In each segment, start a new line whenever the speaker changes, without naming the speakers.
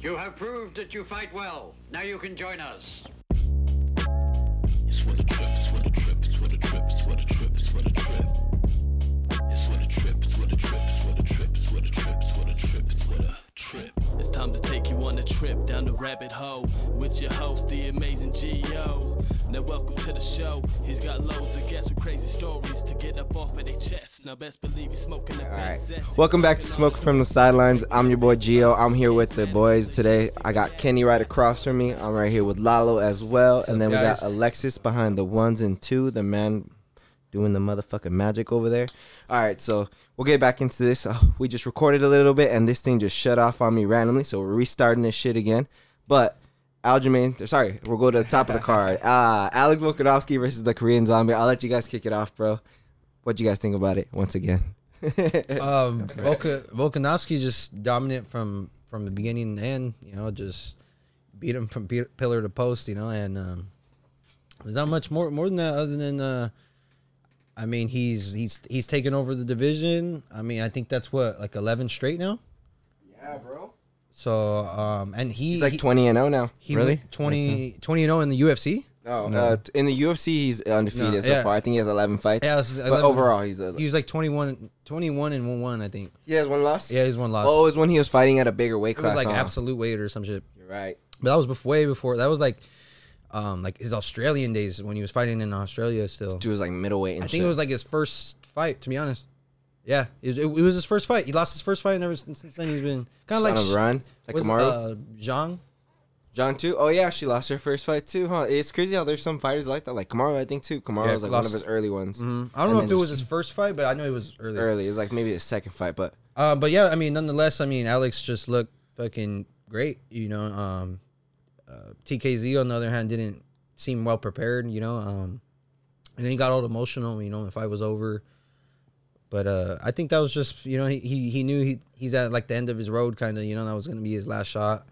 You have proved that you fight well. Now you can join us.
It's for the trip, it's for the trip, it's for the trip, it's for the trip, it's for the trip. It's for the trip, it's for the trip, it's for the trip, it's for the trip, it's for the trip, it's for the trip.
It's time to take you on a trip down the rabbit hole with your host, the amazing Geo. Now, welcome to the show. He's got loads of guests with crazy stories to get up off of their chest. Now, best believe he's smoking the best zest.
Welcome back to Smoke from the Sidelines. I'm your boy Gio. I'm here with the boys today. I got Kenny right across from me. I'm right here with Lalo as well. And then we got Alexis behind the ones and two, the man doing the motherfucking magic over there. All right, so we'll get back into this. Uh, we just recorded a little bit and this thing just shut off on me randomly. So we're restarting this shit again. But Aljamain, sorry, we'll go to the top of the card. Uh, Alex Volkanovsky versus the Korean Zombie. I'll let you guys kick it off, bro. What you guys think about it once again?
Um, Volka, Volkanovski just dominant from from the beginning to end. You know, just beat him from pe- pillar to post. You know, and um, there's not much more more than that other than. Uh, I mean, he's he's he's taken over the division. I mean, I think that's what like eleven straight now.
Yeah, bro.
So, um, and oh he,
He's like
he-
20 and 0 now.
he
really?
went 20, 20 and zero in the UFC.
No, Uh, t- in the UFC he's undefeated
No,
so
yeah.
far. I think he has 11 fights.
Yeah, it was
but
11.
overall he's a,
He was like 21, 21 and one one. I think.
he has one loss.
Yeah, he's one loss.
Oh, it was when he was fighting at a bigger weight
it
class.
was like
huh?
absolute weight or some shit.
You're right.
But that was before, way before. That was like, um, like his Australian days when he was fighting in Australia. Still,
Dude was like middleweight and
I
shit.
think it was like his first fight. To be honest, yeah, it was, it, was his first fight. He lost his first fight, and ever since, since then he's been kind of
Son
like
of Ryan, like
was,
Kamaru?
uh, Zhang.
John too. Oh yeah, she lost her first fight too, huh? It's crazy how there's some fighters like that. Like Kamaru, I think too. Kamaru
Yeah,
was like one of his
lost- Mm-hmm.
early ones.
I don't
And
know
then
if it was
just
his first fight, but I know it was early.
early. It was like maybe his second fight, but
Uh, but yeah, I mean, nonetheless, I mean, Alex just looked fucking great. You know, um, uh, TKZ on the other hand didn't seem well prepared. You know, um, and then he got all emotional. You know, when the fight was over. But uh, I think that was just you know he he, he knew he, he's at like the end of his road kind of you know that was gonna be his last shot,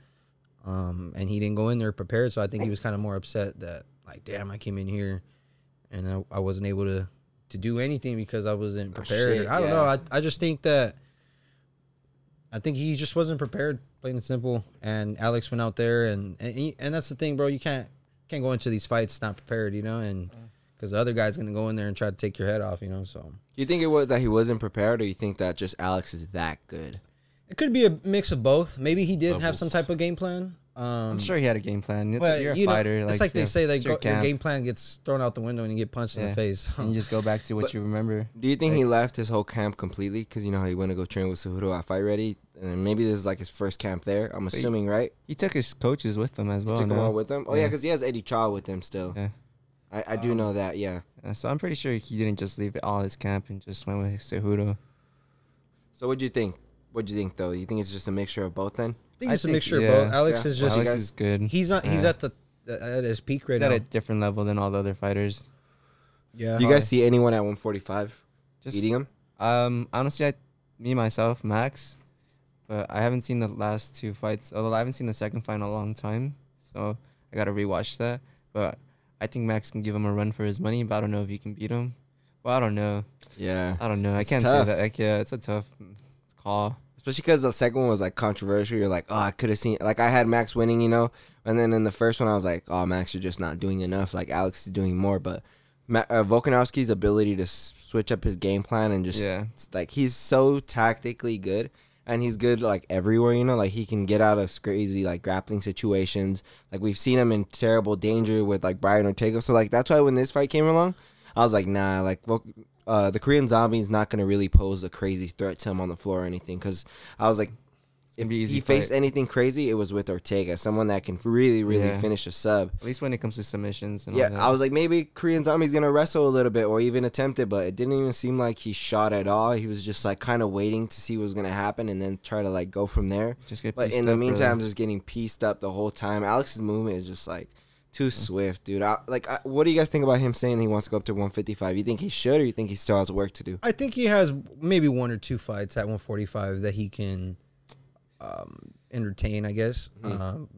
um, and he didn't go in there prepared. So I think he was kind of more upset that like damn I came in here, and I, I wasn't able to to do anything because I wasn't
Oh,
prepared.
shit,
I don't
yeah.
know. I I just think that I think he just wasn't prepared, plain and simple. And Alex went out there, and and, he- and that's the thing, bro. You can't can't go into these fights not prepared, you know, and
Mm.
because the other guy's gonna go in there and try to take your head off, you know. So
do you think it was that he wasn't prepared, or you think that just Alex is that good?
it could be a mix of both. Maybe he did have some type of game plan. Um,
I'm sure he had a game plan. It's,
but,
you're a
you know,
fighter.
it's like
yeah,
they say, like
it's your
go, your
camp,
game plan gets thrown out the window and you get punched in
Yeah.
the face.
and you just go back to what you remember.
Do you think he left his whole camp completely? Because you know how he went to go train with Cejudo at Fight Ready, and maybe this is like his first camp there. I'm assuming, right?
He took his coaches with him as well.
Took him
now.
all with him. Oh yeah, because he has Eddie Chow with him still.
Yeah.
I, I do know that. Yeah.
Uh, So I'm pretty sure he didn't just leave all his camp and just went with Cejudo.
So what do you think? What do you think though? You think it's just a mixture of both? Then
I think it's a
think-
mixture of
yeah.
both. Alex
Yeah.
is just
Alex
guys-
is good.
he's not he's
Yeah.
at the at his peak right
He's
now.
at a different level than all the other fighters.
yeah,
you guys see anyone at 145
Just
beating him?
um, honestly, I, me myself, Max, but I haven't seen the last two fights. Although I haven't seen the second fight in a long time, so I gotta rewatch that. But I think Max can give him a run for his money. But I don't know if he can beat him. Well, I don't know.
Yeah.
I don't know. I
It's
can't
tough.
say that. Like, yeah, it's a tough mm, call.
Especially because the second one was like controversial. You're like, oh, I could have seen. Like I had Max winning, you know. And then in the first one, I was like, oh, Max, you're just not doing enough. Like Alex is doing more, but. Ma- uh, Volkanovski's ability to s- switch up his game plan and just
Yeah.
it's like he's so tactically good and he's good like everywhere you know like he can get out of crazy like grappling situations like we've seen him in terrible danger with like Brian Ortega so like that's why when this fight came along I was like nah like well uh, the Korean zombie is not gonna really pose a crazy threat to him on the floor or anything because I was like if
gonna be easy
he faced
fight.
anything crazy it was with Ortega someone that can really really
Yeah.
finish a sub
At least when it comes to submissions and
yeah,
all that.
I was like, maybe Korean Zombie's gonna wrestle a little bit or even attempt it, but it didn't even seem like he shot at all. He was just like kind of waiting to see what was gonna happen and then try to like go from there.
Just get
but
pieced
in the
up, really.
meantime, just getting pieced up the whole time. Alex's movement is just like too swift, dude. I, like, I, what do you guys think about him saying he wants to go up to 155? You think he should, or you think he still has work to do?
I think he has maybe one or two fights at 145 that he can um, entertain. I guess.
Mm-hmm.
Um,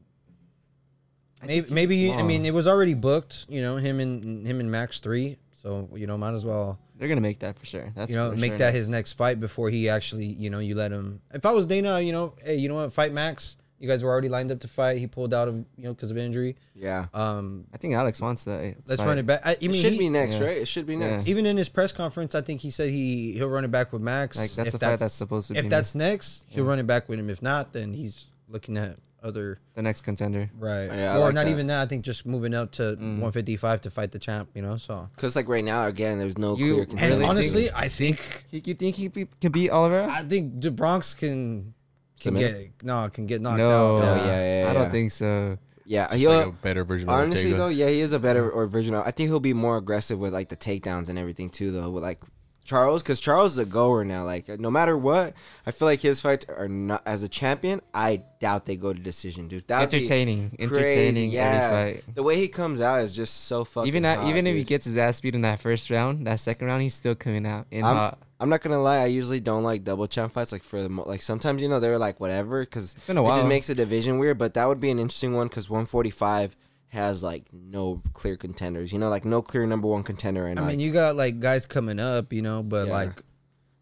maybe maybe I mean it was already booked. You know him and him and Max three. So you know might as well
They're gonna make that for sure. That's
you know
for
make
sure.
that his next fight before he actually you know you let him. If I was Dana, you know hey you know what fight Max. You guys were already lined up to fight. He pulled out of you know because of injury.
Yeah.
Uh,
Um,
I think Alex wants that. eh,
let's
fight.
run it back. I, I mean,
it should
he-
be next,
yeah.
right? It should be
Yeah.
next.
Even in his press conference, I think he said he he'll run it back with Max.
Like, that's
If
a fight that's supposed to
If
be
that's next, he'll run it back with him. If not, then he's looking at other
The next contender.
right,
Yeah, I
or
like
not
that.
even that. I think just moving up to
Mm.
155 to fight the champ. You know, so
Because like right now, again, there's no
You-
clear
And
and
contender.
Really?
honestly, I think
He, you think he be, can beat Oliveira?
I think the Bronx can can
Submit?
get no can get knocked
No,
out.
Oh,
Yeah.
yeah, yeah,
I don't
yeah.
think so.
yeah,
He's
he'll,
like a better version of
honestly
Ortega.
though, yeah, he is a better or version of. I think he'll be more aggressive with like the takedowns and everything too, though. With like Charles, because Charles is a goer now. Like no matter what, I feel like his fights are not as a champion. I doubt they go to decision, dude. That
Entertaining,
be crazy.
entertaining
Yeah,
any fight.
the way he comes out is just so fucking.
Even at,
hot,
even if he
dude.
gets his ass beat in that first round, that second round, he's still coming out in
I'm,
hot.
I'm not gonna lie. I usually don't like double champ fights. Like for the mo- like sometimes you know they're like whatever because it
been a
just
while.
makes the division weird. But that would be an interesting one because 145 has like no clear contenders. You know, like no clear number one contender. And
I mean, you got like guys coming up, you know, but
Yeah.
like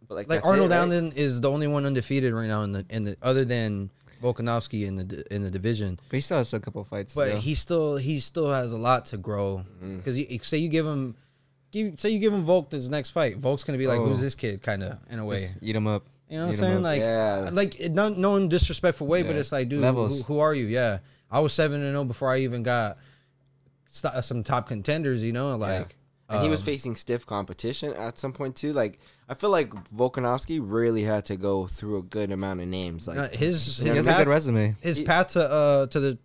but, like,
like
that's it,
Arnold
right?
Allen is the only one undefeated right now in the in the other than Volkanovski in the in the division.
But he still has a couple fights.
But
still.
he still he still has a lot to grow
Mm-hmm.
because say you give him. Give, say you give him Volk this next fight, Volk's gonna be like,
Oh.
"Who's this kid?" Kind of in a way,
Just eat him up.
you know what I'm
Eat 'em
saying?
up.
Like,
Yeah.
like it- no, no in disrespectful way, but
Yeah.
it's like, dude, who,
Levels.
who are you? Yeah, I was seven and zero before I even got st- some top contenders. You know, like
and he
uh,
was facing stiff competition at some point too. Like I feel like Volkanovski really had to go through a good amount of names. Like
uh, his
he
his
has a
path,
good resume.
his path to uh to the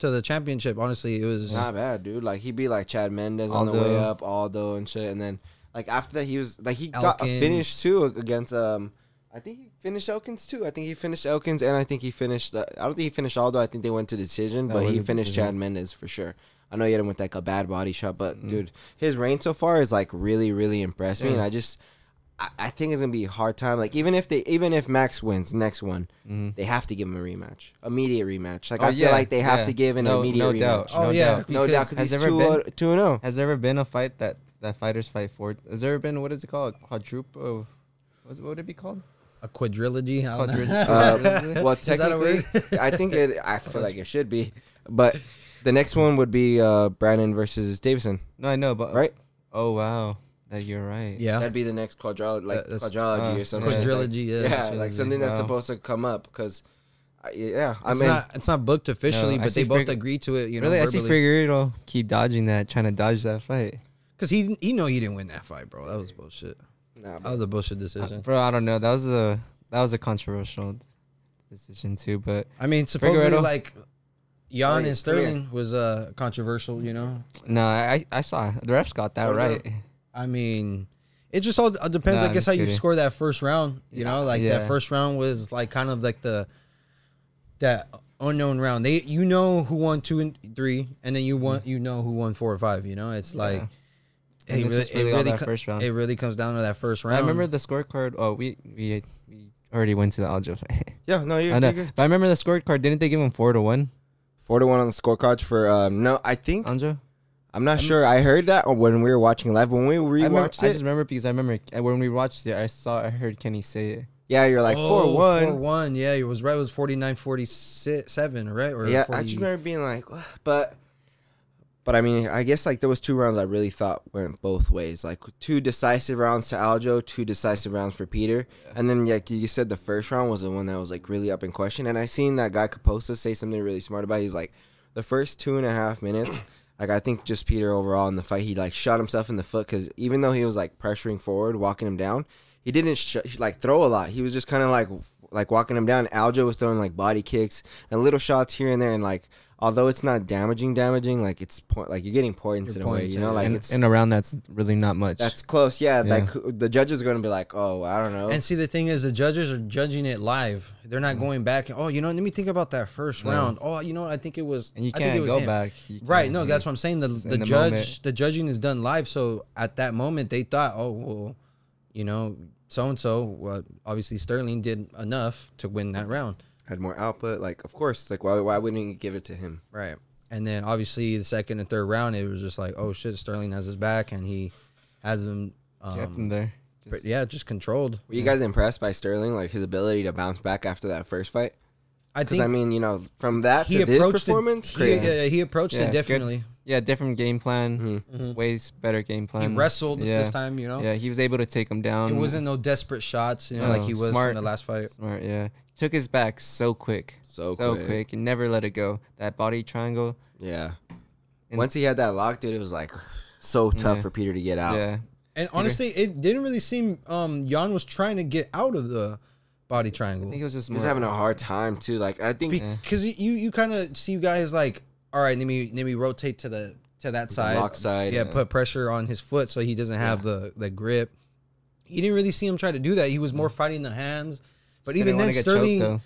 to the championship. Honestly, it was
Not bad, dude. Like he beat like Chad Mendez on the way
Aldo.
up, Aldo and shit, and then like after that he was like he got a
Elkins.
finish too against um I think he finished Elkins too. I think he finished Elkins and I think he finished uh, I don't think he finished Aldo. I think they went to decision, but
was
he
a
finished
decision. Mm.
Chad Mendez for sure. I know he hit him with like a bad body shot, but dude, his reign so far is like really really impressed me, and I just. I- I think it's gonna be a hard time. Like even if they, even if Max wins next one, they have to give him a rematch, immediate rematch. Like
Mm-hmm. Oh,
I feel
yeah,
like they have
yeah.
to give an
No-
immediate
no
rematch.
doubt.
oh
No
yeah,
doubt.
No doubt,
because-
because
Has
he's
there
two,
ever
uh, two and zero.
Has there ever been a fight that that fighters fight for? Has there ever been what is it called? Quadruple. What's, what would it be called?
a quadrilogy. I don't know.
Quadruple.
Well,
that a
technically, I think it. I feel like it should be, but the next one would be uh, Brandon versus Davison,
no, I know, but
right?
Oh wow, that you're right.
Yeah,
That'd be the next quadrology, like
That- that's-
quadrology
uh,
or something.
quadrilogy, yeah.
Like, yeah, like something that's
Wow.
supposed to come up because, yeah, I
it's
mean,
not it's not booked officially,
No, I
but they
see
both
Frig-
agreed to it. You know,
Really, I see
verbally.
Figueroa keep dodging that, trying to dodge that fight.
Because he he know he didn't win that fight, bro. That was bullshit.
nah,
That was a bullshit decision.
Bro, I don't know. That was a that was a controversial decision too, but
I mean, supposedly
Figueroa.
like Jan
yeah,
and Sterling was uh controversial. You know,
no, I I saw the refs got that
What about-
right.
I mean, it just all uh, depends.
Nah,
I
I'm
guess
just
how you
kidding.
score that first round. You know, like that
Yeah.
first round was like kind of like the that unknown round. They you know who won two and three, and then you want you know who won four or five. You know, it's like.
Mm.
um,
And
It,
it's
really-
just
it
really all
really
that
co-
first round.
it really comes down to that first round.
I remember the scorecard. Oh, we we we already went to the Aljo fight.
yeah, no, you're,
I know,
you're good.
but I remember the scorecard. Didn't they give him four to one,
Four to one on the scorecard for um, no. I think
Aljo?
I'm not sure. I heard that when we were watching live. When we
I, remember,
rewatched
I
it,
just remember because I remember uh, when we watched it, I saw, I heard Kenny say it.
yeah, you're like four one.
Oh, Four one. Yeah, it was right. It was forty nine forty seven. Right. Or
yeah,
40,
I just remember being like, "What?" but but I mean, I guess like there was two rounds I really thought went both ways, like two decisive rounds to Aljo, two decisive rounds for Peter, and then like you said, the first round was the one that was like really up in question. And I seen that guy Caposa say something really smart about. It. He's like, the first two and a half minutes. Like I think just Peter overall in the fight, he like shot himself in the foot because even though he was like pressuring forward, walking him down, he didn't sh- like throw a lot. He was just kind of like like walking him down. Aljo was throwing like body kicks and little shots here and there, and like although it's not damaging, damaging like it's point like you're getting points in a way,
points,
you know,
yeah.
like
And,
it's
and around that's really not much.
that's close. Yeah,
Yeah.
like who- the judge is gonna be like, oh, I don't know.
And see, the thing is, the judges are judging it live. They're
Mm.
not going back. And, oh, you know, let me think about that first round. Oh, you know, what? I think it was.
And you
I think
can't
it was
go
him.
back. You
Right.
can't,
No,
yeah.
that's what I'm saying. The the,
in the
judge,
moment.
the judging is done live. So at that moment, they thought, oh well, you know, so and so. Obviously, Sterling did enough to win that round.
Had more output. Like of course, like why why wouldn't you give it to him?
Right. And then obviously the second and third round, it was just like, oh shit, Sterling has his back and he has him. Um,
kept him there.
but yeah, just controlled.
Were you guys impressed by Sterling, like his ability to bounce back after that first fight?
I
Because
think
I mean, you know, from that
he
to this
approached
performance,
it.
crazy.
He, uh, he approached
Yeah,
it
good.
definitely.
Yeah, different game plan,
Mm-hmm.
ways better game plan.
Mm-hmm. wrestled this time, you know?
Yeah, he was able to take him down.
It wasn't no desperate shots, you know,
No,
like he was
smart.
in the last fight.
smart. Yeah, took his back so quick,
So quick.
quick, and never let it go. That body triangle.
yeah.
And-
Once he had that lock, dude, it was like so tough
Yeah.
for Peter to get out.
Yeah,
And honestly, it didn't really seem um Jan was trying to get out of the body
I think it
triangle
was just
He
more.
was having a hard time too. Like I think
because you you kind of see guys like, all right, let me let me rotate to the to that side,
lock side,
yeah,
yeah.
put pressure on his foot so he doesn't have the the grip. You didn't really see him try to do that. He was
Mm.
more fighting the hands. But
Didn't
even
wanna
then,
get choked,
Sterling,
though.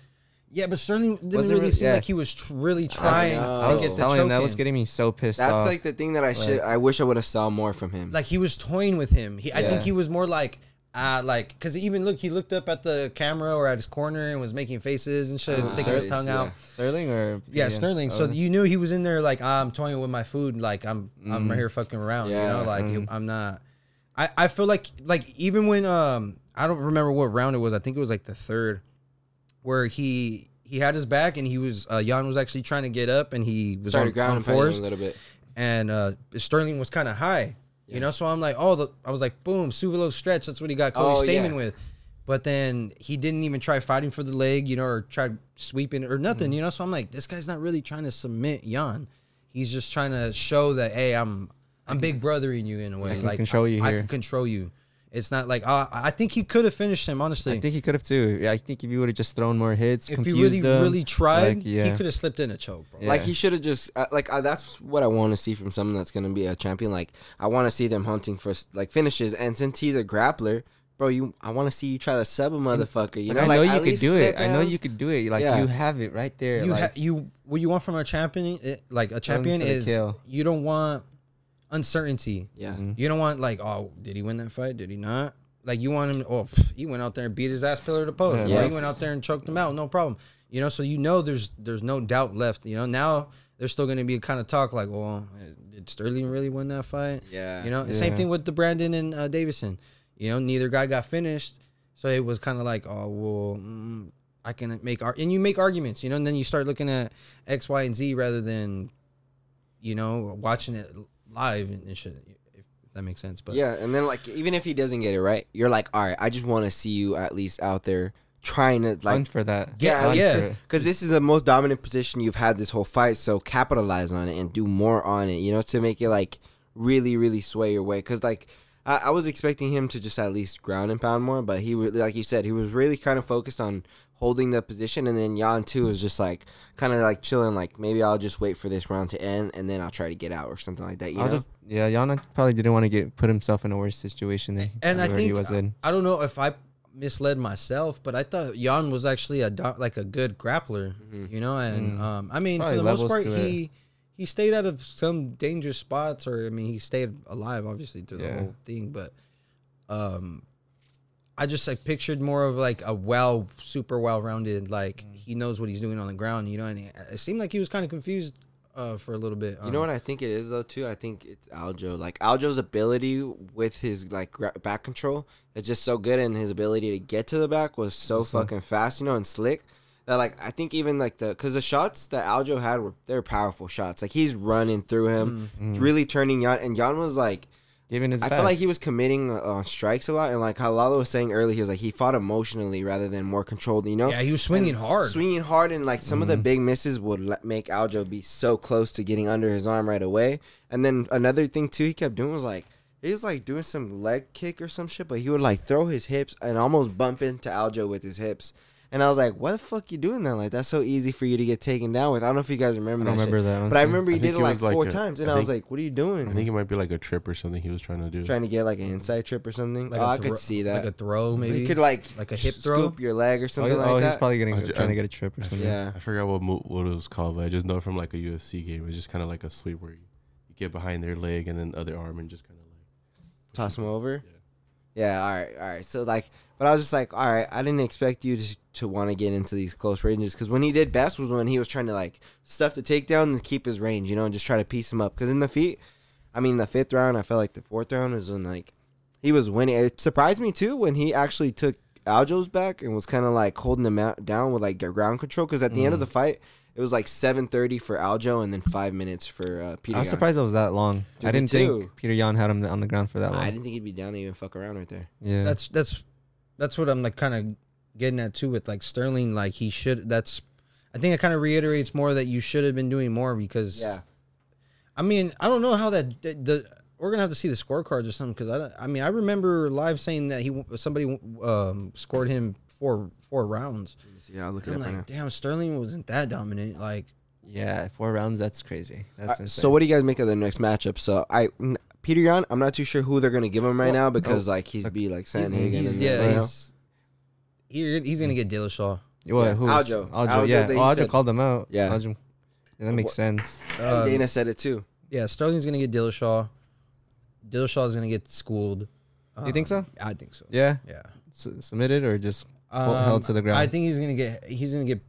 yeah, but Sterling didn't
Wasn't
really,
really-
seem
yeah.
like he was tr- really trying
know.
to
I was
get the
telling
choke
him that
in.
was getting me so pissed
that's
off.
like the thing that I should. I wish I would have saw more from him.
like he was toying with him. He, I
Yeah.
think he was more like, uh, like, cause even look, he looked up at the camera or at his corner and was making faces and
Ah,
shit, sticking his
Sterling,
tongue out.
Sterling or
Yeah, Sterling. So
Oh,
you knew he was in there, like "Ah, I'm toying with my food, like I'm I'm right here fucking around.
Mm. Yeah, Mm-hmm.
You know, like I'm not. I I feel like like even when um I don't remember what round it was. I think it was like the third, where he he had his back and he was uh, Jan was actually trying to get up and he was
started
on,
ground
on
fighting him
fours
a little bit.
and uh, Sterling was kind of high, you know. So I'm like, oh, the, I was like, boom, Suvalo stretch. That's what he got Cody
Oh,
Stamen
yeah.
with. But then he didn't even try fighting for the leg, you know, or try sweeping or nothing,
Mm-hmm.
you know. So I'm like, this guy's not really trying to submit Jan. He's just trying to show that, hey, I'm I'm big brothering you in a way.
can
like
control you
I, I
here.
can control you. It's not like uh, I think he could have finished him honestly.
I think he could have too. Yeah, I think if you would have just thrown more hits,
if he
confused
really
them,
really tried,
like, yeah,
he could have slipped in a choke, bro.
Like
Yeah.
he should have just uh, like uh, that's what I want to see from someone that's gonna be a champion. Like I want to see them hunting for s- like finishes, and since he's a grappler, bro, you I want to see you try to sub a motherfucker. You
Like,
know,
I know
like, at
you could
least
do
sit
it. I know
downs.
you could do it. Like
Yeah.
you have it right there.
you
like,
ha- you what you want from a champion eh, like a champion
for the
is
kill.
you don't want uncertainty
Yeah,
you don't want like oh did he win that fight did he not like you want him oh pff, he went out there and beat his ass pillar to post
Yeah,
Or
that's-
he went out there and choked him out no problem you know so you know there's there's no doubt left you know now there's still going to be a kind of talk like well eh, did sterling really win that fight
Yeah.
you know and same
Yeah.
thing with the brandon and uh, davison you know neither guy got finished so it was kind of like oh well mm, I can make ar- and you make arguments, you know, and then you start looking at X, Y, and Z rather than, you know, watching it live and, and shit. If that makes sense, but
yeah, and then like even if he doesn't get it right, you're like, all right, I just want to see you at least out there trying to
hunt
like
for that.
Yeah,
Hunt
yeah.
for it.
Because this is the most dominant position you've had this whole fight, so capitalize on it and do more on it. You know, to make it like really, really sway your way. Because like I, I was expecting him to just at least ground and pound more, but he really, like you said, he was really kind of focused on holding the position, and then Jan too was just like kind of like chilling, like maybe I'll just wait for this round to end, and then I'll try to get out or something like that. You
I'll
know,
just- yeah, Yana probably didn't want to get put himself in a worse situation than
and
he
I
already
think
was in.
I, don't know if I misled myself, but I thought Jan was actually a do- like a good grappler,
Mm-hmm.
you know, and um, I mean
Mm-hmm.
for
Probably
the most
levels
part
to
he he stayed out of some dangerous spots, or I mean he stayed alive obviously through the
Yeah.
whole thing, but um. I just like pictured more of like a well, super well-rounded. Like
Mm.
he knows what he's doing on the ground, you know. And it, it seemed like he was kind of confused uh, for a little bit.
You know what I think it is though too. I think it's Aljo. Like Aljo's ability with his like gra- back control is just so good, and his ability to get to the back was so fucking fast, you know, and slick. That like I think even like the because the shots that Aljo had were they're powerful shots. Like he's running through him, really turning Yan, and Yan was like.
Giving his
I
back.
feel like he was committing uh, on strikes a lot, and like how Lalo was saying earlier, he was like he fought emotionally rather than more controlled. You know,
Yeah, he was swinging
And
hard.
swinging hard, and like some of the big misses would le- make Aljo be so close to getting under his arm right away. And then another thing too, he kept doing was like he was like doing some leg kick or some shit, but he would like throw his hips and almost bump into Aljo with his hips. And I was like, "What the fuck you doing that? Like that's so easy for you to get taken down with." I don't know if you guys remember.
I don't
that shit.
remember that,
but I
honestly.
remember he
I
did
think
it
it
like
was like
four
a-
times, and
I
I, was
think-
like, "What are you doing?"
I think it might be like a trip or something he was trying to do.
trying to get like an inside trip or something.
Like
oh,
a
I could
thro-
see that.
Like a throw, maybe.
You could like
like a hip
scoop
throw?
your leg or
oh,
something like
oh,
that.
he's probably getting
I
a-
ju-
trying to
I'm-
get a trip or something.
yeah.
I forgot what mo- what it was called, but I just know from like a UFC game. It's just kind of like a sweep where you, you get behind their leg and then the other arm and just kind of like.
Toss him over. Yeah. All right. All right. So like, but I was just like, all right. I didn't expect you to to want to get into these close ranges because when he did best was when he was trying to like stuff the takedown and keep his range, you know, and just try to piece him up. Because in the feet, I mean, the fifth round, I felt like the fourth round was when like he was winning. It surprised me too when he actually took Aljo's back and was kind of like holding him out, down with like their ground control because at the end of the
Mm-hmm.
fight it was like 7:30 for Aljo and then five minutes for uh, Peter.
I was
Yan.
surprised it was that long.
Dude,
I
me
didn't
too.
think Peter Yan had him on the ground for that long.
I didn't think he'd be down to even fuck around right there.
yeah,
that's that's that's what I'm like kind of getting at too with like Sterling. Like he should. That's I think it kind of reiterates more that you should have been doing more because I mean I don't know how that the, the- we're gonna have to see the scorecards or something because I don't, I mean I remember live saying that he somebody um, scored him four four rounds.
Yeah, I'll look
I'm like, damn, Sterling wasn't that dominant. Like,
yeah, four rounds. That's crazy. That's insane.
so what do you guys make of the next matchup? So I n- Peter Yan, I'm not too sure who they're gonna give him right
oh,
now because like he's be like Sandhagen.
he's,
and
yeah,
then, you know?
he's, he- he's gonna get Dillashaw.
What,
Yeah,
who was-
Aljo.
Aljo.
Aljo
yeah, Oh,
that he
Aljo
said-
called him out.
Yeah.
Aljo. Yeah, that makes sense.
um,
And Dana said it too.
Yeah, Sterling's gonna get Dillashaw. Dillashaw's gonna get schooled. Um,
you think so?
I think so.
Yeah.
Yeah.
S- submitted or just held-
Um,
held to the ground?
I think he's gonna get he's gonna get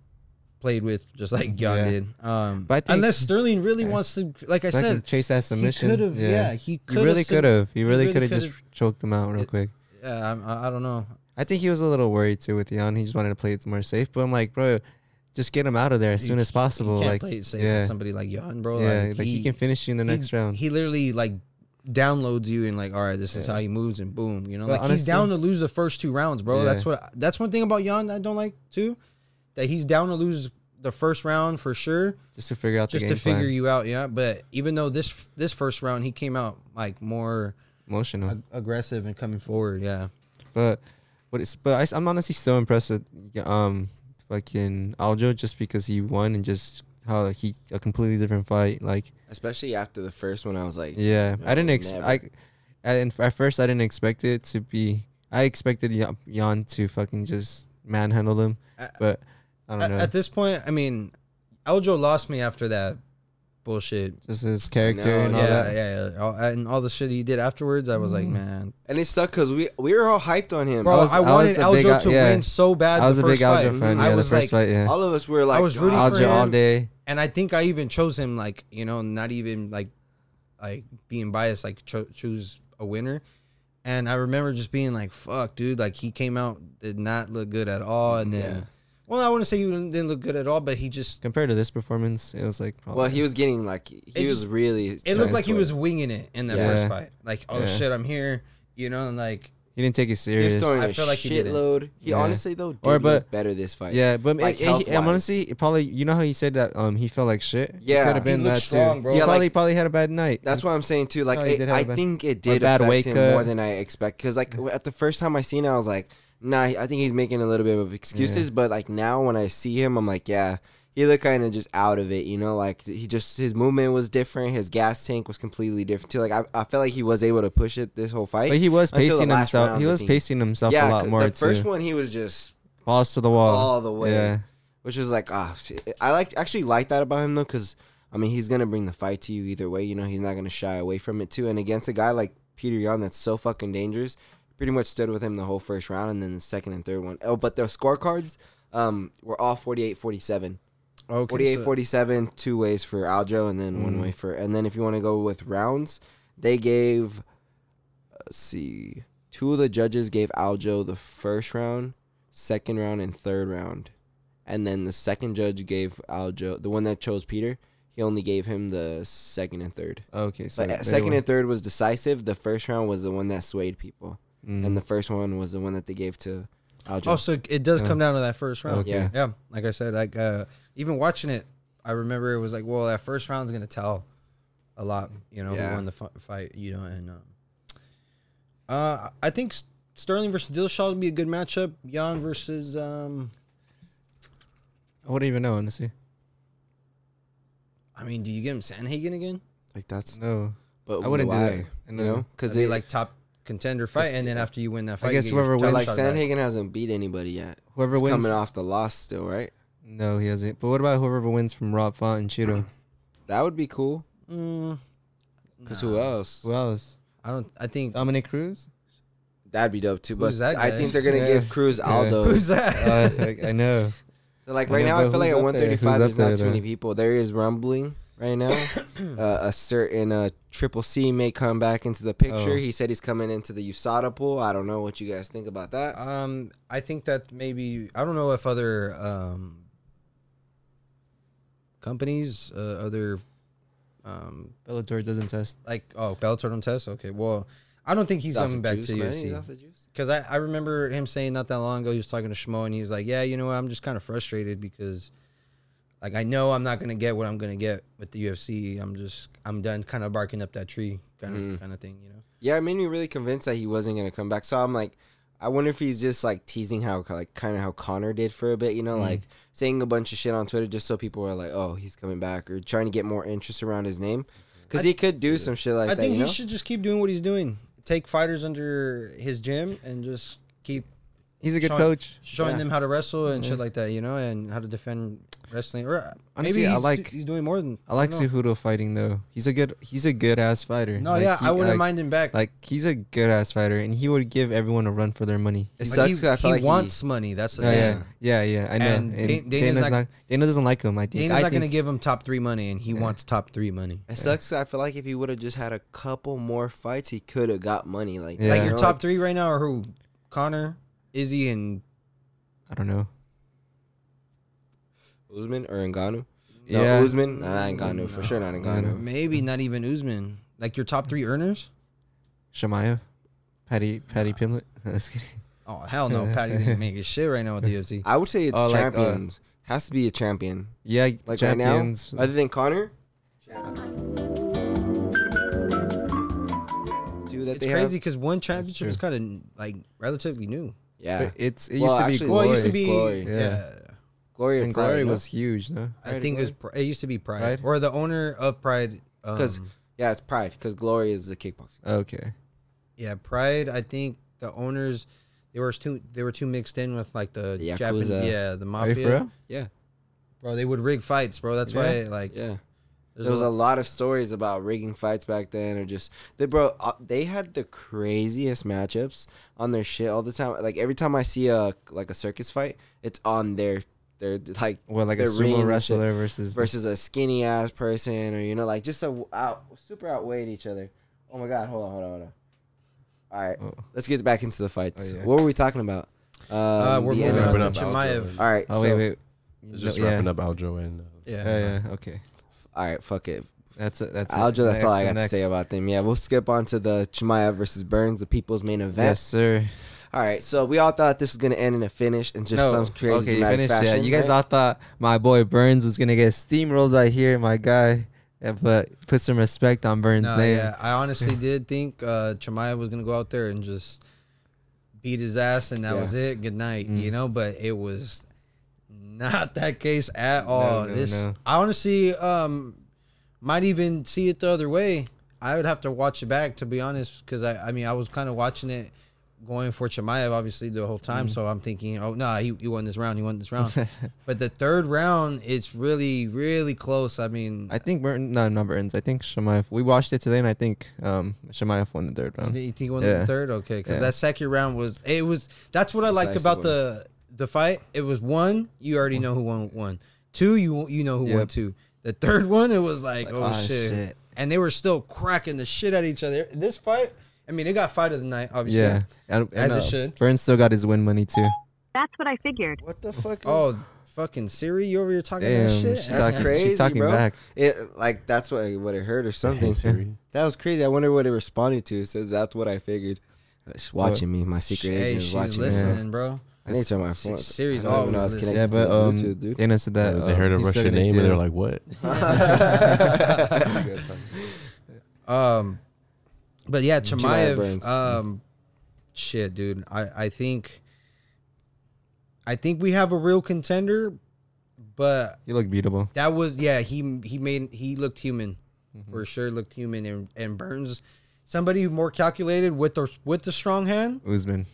played with just like Jan
Yeah.
did. Um,
But I think-
unless Sterling really wants to, like I
If I can
said,
chase that submission.
could've- yeah, he
You
could've
really
sub-
could have.
he
You really,
really
could have just
could've-
choked him out real quick.
yeah, I'm- I, I don't know.
I think he was a little worried too with Jan. He just wanted to play it more safe. But I'm like, bro, just get him out of there as soon as
He
possible.
can't
like,
play it safe
yeah,
with somebody like Jan, bro.
yeah, like he, can finish you in the
he-
next round.
He literally like downloads you and like, all right, this is how he moves and boom, you know, like
But
he's
honestly-
down to lose the first two rounds, bro.
Yeah.
That's what that's one thing about Jan I don't like too, that he's down to lose the first round for sure,
just to figure out the
just
game
to figure
plan.
you out, yeah. But even though this this first round he came out like more
emotional.
ag- aggressive and coming forward, yeah.
But but it's but I, am honestly still impressed with yeah, um fucking Aljo just because he won and just how he a completely different fight. Like
Especially after the first one, I was like,
yeah, I didn't ex-
never.
I, I and at first I didn't expect it to be. I expected Ya- Jan to fucking just manhandle him,
I-
but I don't
At,
know.
at this point, I mean, Aljo lost me after that bullshit.
just his character
No,
and all
yeah,
that.
yeah, yeah, all, and all the shit he did afterwards, I was like,
Mm-hmm.
man,
and it sucked because we we were all hyped on him.
Bro, I,
I was- I
wanted
was a
Aljo
big Al-
to
yeah.
win so bad.
I was a
the
big
first
Aljo
fight.
fan.
I
Yeah, the
was
first
like,
fight. Yeah,
all of us were like,
was
"God,
rooting for
Aljo all
him.
day.
and I think I even chose him like you know, not even like like being biased, like cho- choose a winner. And I remember just being like, "Fuck, dude!" Like he came out did not look good at all, and then, well, I wouldn't say he didn't look good at all, but he just
Compared to this performance, it was like probably
Well, he was getting like he was
just-
really.
it
starting
looked like he
to-
was winging it in the
Yeah.
first fight. Like, oh
Yeah.
shit, I'm here, you know, and like
he didn't take it
He
serious.
was throwing
I
a
feel like he did it.
shitload. He
Yeah.
honestly though did
Or,
look
but-
better this fight.
Yeah, but
Like,
like,
health-wise.
he, I'm honestly it probably you know how he said that um he felt like shit.
Yeah.
it could have
He
been
looked
that
strong,
too.
bro.
He
Yeah,
probably
like-
probably had a bad night.
That's what I'm saying too. Like
Oh, he
it,
did have
I
a bad-
think it
or
did
bad
affect
wake
him
up. Mm-hmm.
more than I expect. Because like w- at the first time I seen it, I was like, nah, I think he's making a little bit of excuses. But like now when I see him, I'm like, yeah, he looked kind of just out of it. You know, like he just his movement was different. His gas tank was completely different too. Like I, I felt like he was able to push it this whole fight.
but he was
until the
pacing
last
himself.
round,
he
I
was
think.
pacing himself
Yeah,
a lot
'cause
more
The first Oh,
too.
one he was just
Balls to the wall,
all the way.
Yeah,
which was like ah, see, I like actually like that about him though, because I mean he's gonna bring the fight to you either way. You know he's not gonna shy away from it too. And against a guy like Peter Yan that's so fucking dangerous, pretty much stood with him the whole first round and then the second and third one. Oh, but their scorecards um were all 48-47.
okay,
48-47, two ways for Aljo and then one way for. And then if you want to go with rounds, they gave. Let's see, two of the judges gave Aljo the first round, second round, and third round and then the second judge gave Aljo the one that chose Peter. He only gave him the second and third.
okay. So
But uh,
they
second
were-
and third was decisive. The first round was the one that swayed people,
Mm.
and the first one was the one that they gave to Aljo.
Oh, so it does come down to that first round.
Okay.
Yeah.
Yeah.
Yeah. Like I said, like uh even watching it, I remember it was like, well, that first round's gonna tell a lot, you know, who
Yeah.
won the fi- fight, you know, and um, uh, I think S- Sterling versus Dillashaw would be a good matchup. Jan versus um,
I wouldn't even know honestly.
I mean, do you give him Sanhagen again?
like that's
No,
but
I wouldn't do
why?
that.
You
No.
know, because
That'd be
they like
like top contender fight, and then after you win that fight,
guess
you get your
whoever
title
wins-
like
shot back.
Sandhagen hasn't beat anybody yet.
whoever
He's
wins.
coming off the loss still, right?
No, he hasn't. But what about whoever wins from Rob Font and Cheeto?
That would be cool.
Mm,
Because who else?
Who else?
I don't. I think
Dominic Cruz.
That'd be dope too. But
Who's that
I
guy?
think they're gonna
Yeah.
give Cruz
Yeah.
Aldo.
who's that?
Uh, I, I know.
So like
I
right
know,
now, I
but
feel like
who's
at
up there? Who's
135,
up
there's not too
there, though?
many people. There is rumbling. right now. uh, a certain uh, Triple C may come back into the picture.
Oh.
He said he's coming into the USADA pool. I don't know what you guys think about that.
Um, I think that maybe I don't know if other um, companies, uh, other um,
Bellator doesn't test.
like oh Bellator don't test. Okay, well I don't think he's
off
coming
the
back
juice,
to
man. He's off
UFC
the juice.
because I, I remember him saying not that long ago he was talking to Schmo and he's like, yeah, you know what, I'm just kind of frustrated because like I know I'm not gonna get what I'm gonna get with the UFC. I'm just I'm done kind of barking up that tree kind of
Mm.
kind of thing, you know.
Yeah, it made me really convinced that he wasn't gonna come back. So I'm like, I wonder if he's just like teasing how like kind of how Connor did for a bit, you
Mm.
know, like saying a bunch of shit on Twitter just so people are like, oh, he's coming back, or trying to get more interest around his name, because he could do some shit like
I
that.
think
you
he
know?
should just keep doing what he's doing. Take fighters under his gym and just keep
He's a good
showing-
coach.
showing
Yeah.
them how to wrestle and shit like that, you know, and how to defend wrestling. Or uh,
Honestly,
maybe
I
he's,
like-
he's doing more than
I like
don't know.
Cejudo fighting though. He's a good. He's a good ass fighter.
No,
Like,
yeah,
he-
I wouldn't
like-
mind him back.
Like he's a good ass fighter, and he would give everyone a run for their money.
It
But
sucks.
he,
'cause I
he
feel like
wants money. That's the
Oh,
thing.
yeah, yeah, yeah. I know.
And Dan-
And, Dana's,
Dana's
not,
not-
Dana doesn't like him. I think.
Dana's
I
not going to
think-
give him top three money, and he wants top three money.
It sucks. 'cause I feel like if he would have just had a couple more fights, he could have got money. Like,
Yeah.
you
Like your
know,
top three right now are who? Connor, Izzy, and
I don't know.
like Usman or Ngannou. No,
Yeah.
Usman. Nah, Ngannou
Mm,
for sure. Not Ngannou.
maybe not even Usman. Like your top three earners?
Shamaya, Patty, Patty Pimlet. Just kidding.
Oh hell no, Patty's ain't making shit right now with the UFC.
I would say it's
Oh, like, uh,
champions. Has to be a champion.
Yeah,
Like
champions.
right now, other than Connor. Two that
It's
they
crazy
Have.
because one championship
true.
is kind of like relatively new.
Yeah,
But it's it
Well,
used to be
actually,
Well,
glory.
it used to be.
Glory.
Yeah.
Glory
and glory was huge. No,
I think it was. Pri- It used to be Pride,
Pride?
or the owner of Pride.
because
um,
yeah, it's pride because glory is the kickboxing.
okay.
Yeah, Pride. I think the owners they were too they were too mixed in with like the,
The
Japanese.
Yakuza.
Yeah, the
Are you
mafia.
for real?
Yeah,
Bro, they would rig fights, bro. That's why like
yeah.
there's
there was
a,
a lot of stories about rigging fights back then, or just they bro. uh, They had the craziest matchups on their shit all the time. Like every time I see a like a circus fight, it's on their their like
Well, like a
their ring and
sumo
shit.
wrestler versus
versus a skinny ass person, or you know, like just a out, super outweighed each other. Oh my god, hold on, hold on, hold on. All right,
Oh.
let's get back into the fights.
Oh, yeah.
What were we talking about? Um,
uh, we're
the
moving
end-
on
Wrapping
to
up.
Chimaev.
All right,
Oh
so-
wait, wait.
It's just
No,
wrapping
yeah.
up Aljo and. Uh,
Yeah.
Oh yeah. Okay.
all right, fuck it.
That's it. That's it.
Aljo, that's all I
Next,
got
next.
to say about them. Yeah, we'll skip on to the Chimaev versus Burns, the people's main event.
Yes, sir.
All right, so we all thought this was gonna end in a finish and just some crazy
okay, you
dramatic
finished,
fashion.
Yeah, you guys
right?
all thought my boy Burns was gonna get steamrolled right here, my guy. Yeah, but put some respect on Burns'
No,
name.
yeah, I honestly did think uh, Chimaev was gonna go out there and just beat his ass, and that
Yeah.
was it. Good night,
Mm.
you know. But it was not that case at all.
no,
this,
no.
I honestly um, might even see it the other way. I would have to watch it back to be honest, because I, I mean, I was kind of watching it going for Chimaev obviously the whole
Mm.
time. So I'm thinking, oh no, he, he won this round. He won this round. but the third round, it's really, really close. I mean,
I think Burns. No, not Burns. I think Shamayev. We watched it today, and I think um Shamayev won the third round.
Did You think he won the
Yeah.
third? Okay, because
Yeah.
that second round was it was that's what I liked
Decisive
about the the fight. It was one, you already know who won one. Two, you you know who won
Mm. Yep.
two. The third one, it was like, oh,
ah,
shit.
shit.
and they were still cracking the shit at each other. This fight, I mean, it got fight of the night, obviously.
Yeah, and,
As
and,
it
uh,
should.
Burns still got his win money too.
That's what I figured.
What the fuck? Is,
Oh, fucking Siri, you over here talking
Damn,
that shit?
she's
that's
talking- she's
crazy,
talking
bro.
back.
It like that's what what it hurt or something.
Siri.
that was crazy. I wonder what it responded to. It says that's what I figured. It's watching me. My secret
hey,
agent is
she's
watching me.
listening, bro.
I need to turn my phone.
Siri's
I don't even
always
know I was
listening.
connected
Yeah,
to
but
the
um,
Bluetooth, dude.
Dana said that
they
um,
heard a
he's still
Russian
gonna
name and
do
they're
it.
like, "What?"
Um, but yeah,
Jemiah Burns.
Chimaev. Um, shit, dude. I I think. I think we have a real contender, but
"You look beautiful."
that was yeah. He he made he looked human,
Mm-hmm.
for sure. Looked human and and Burns, somebody who more calculated with the with the strong hand.
Usman.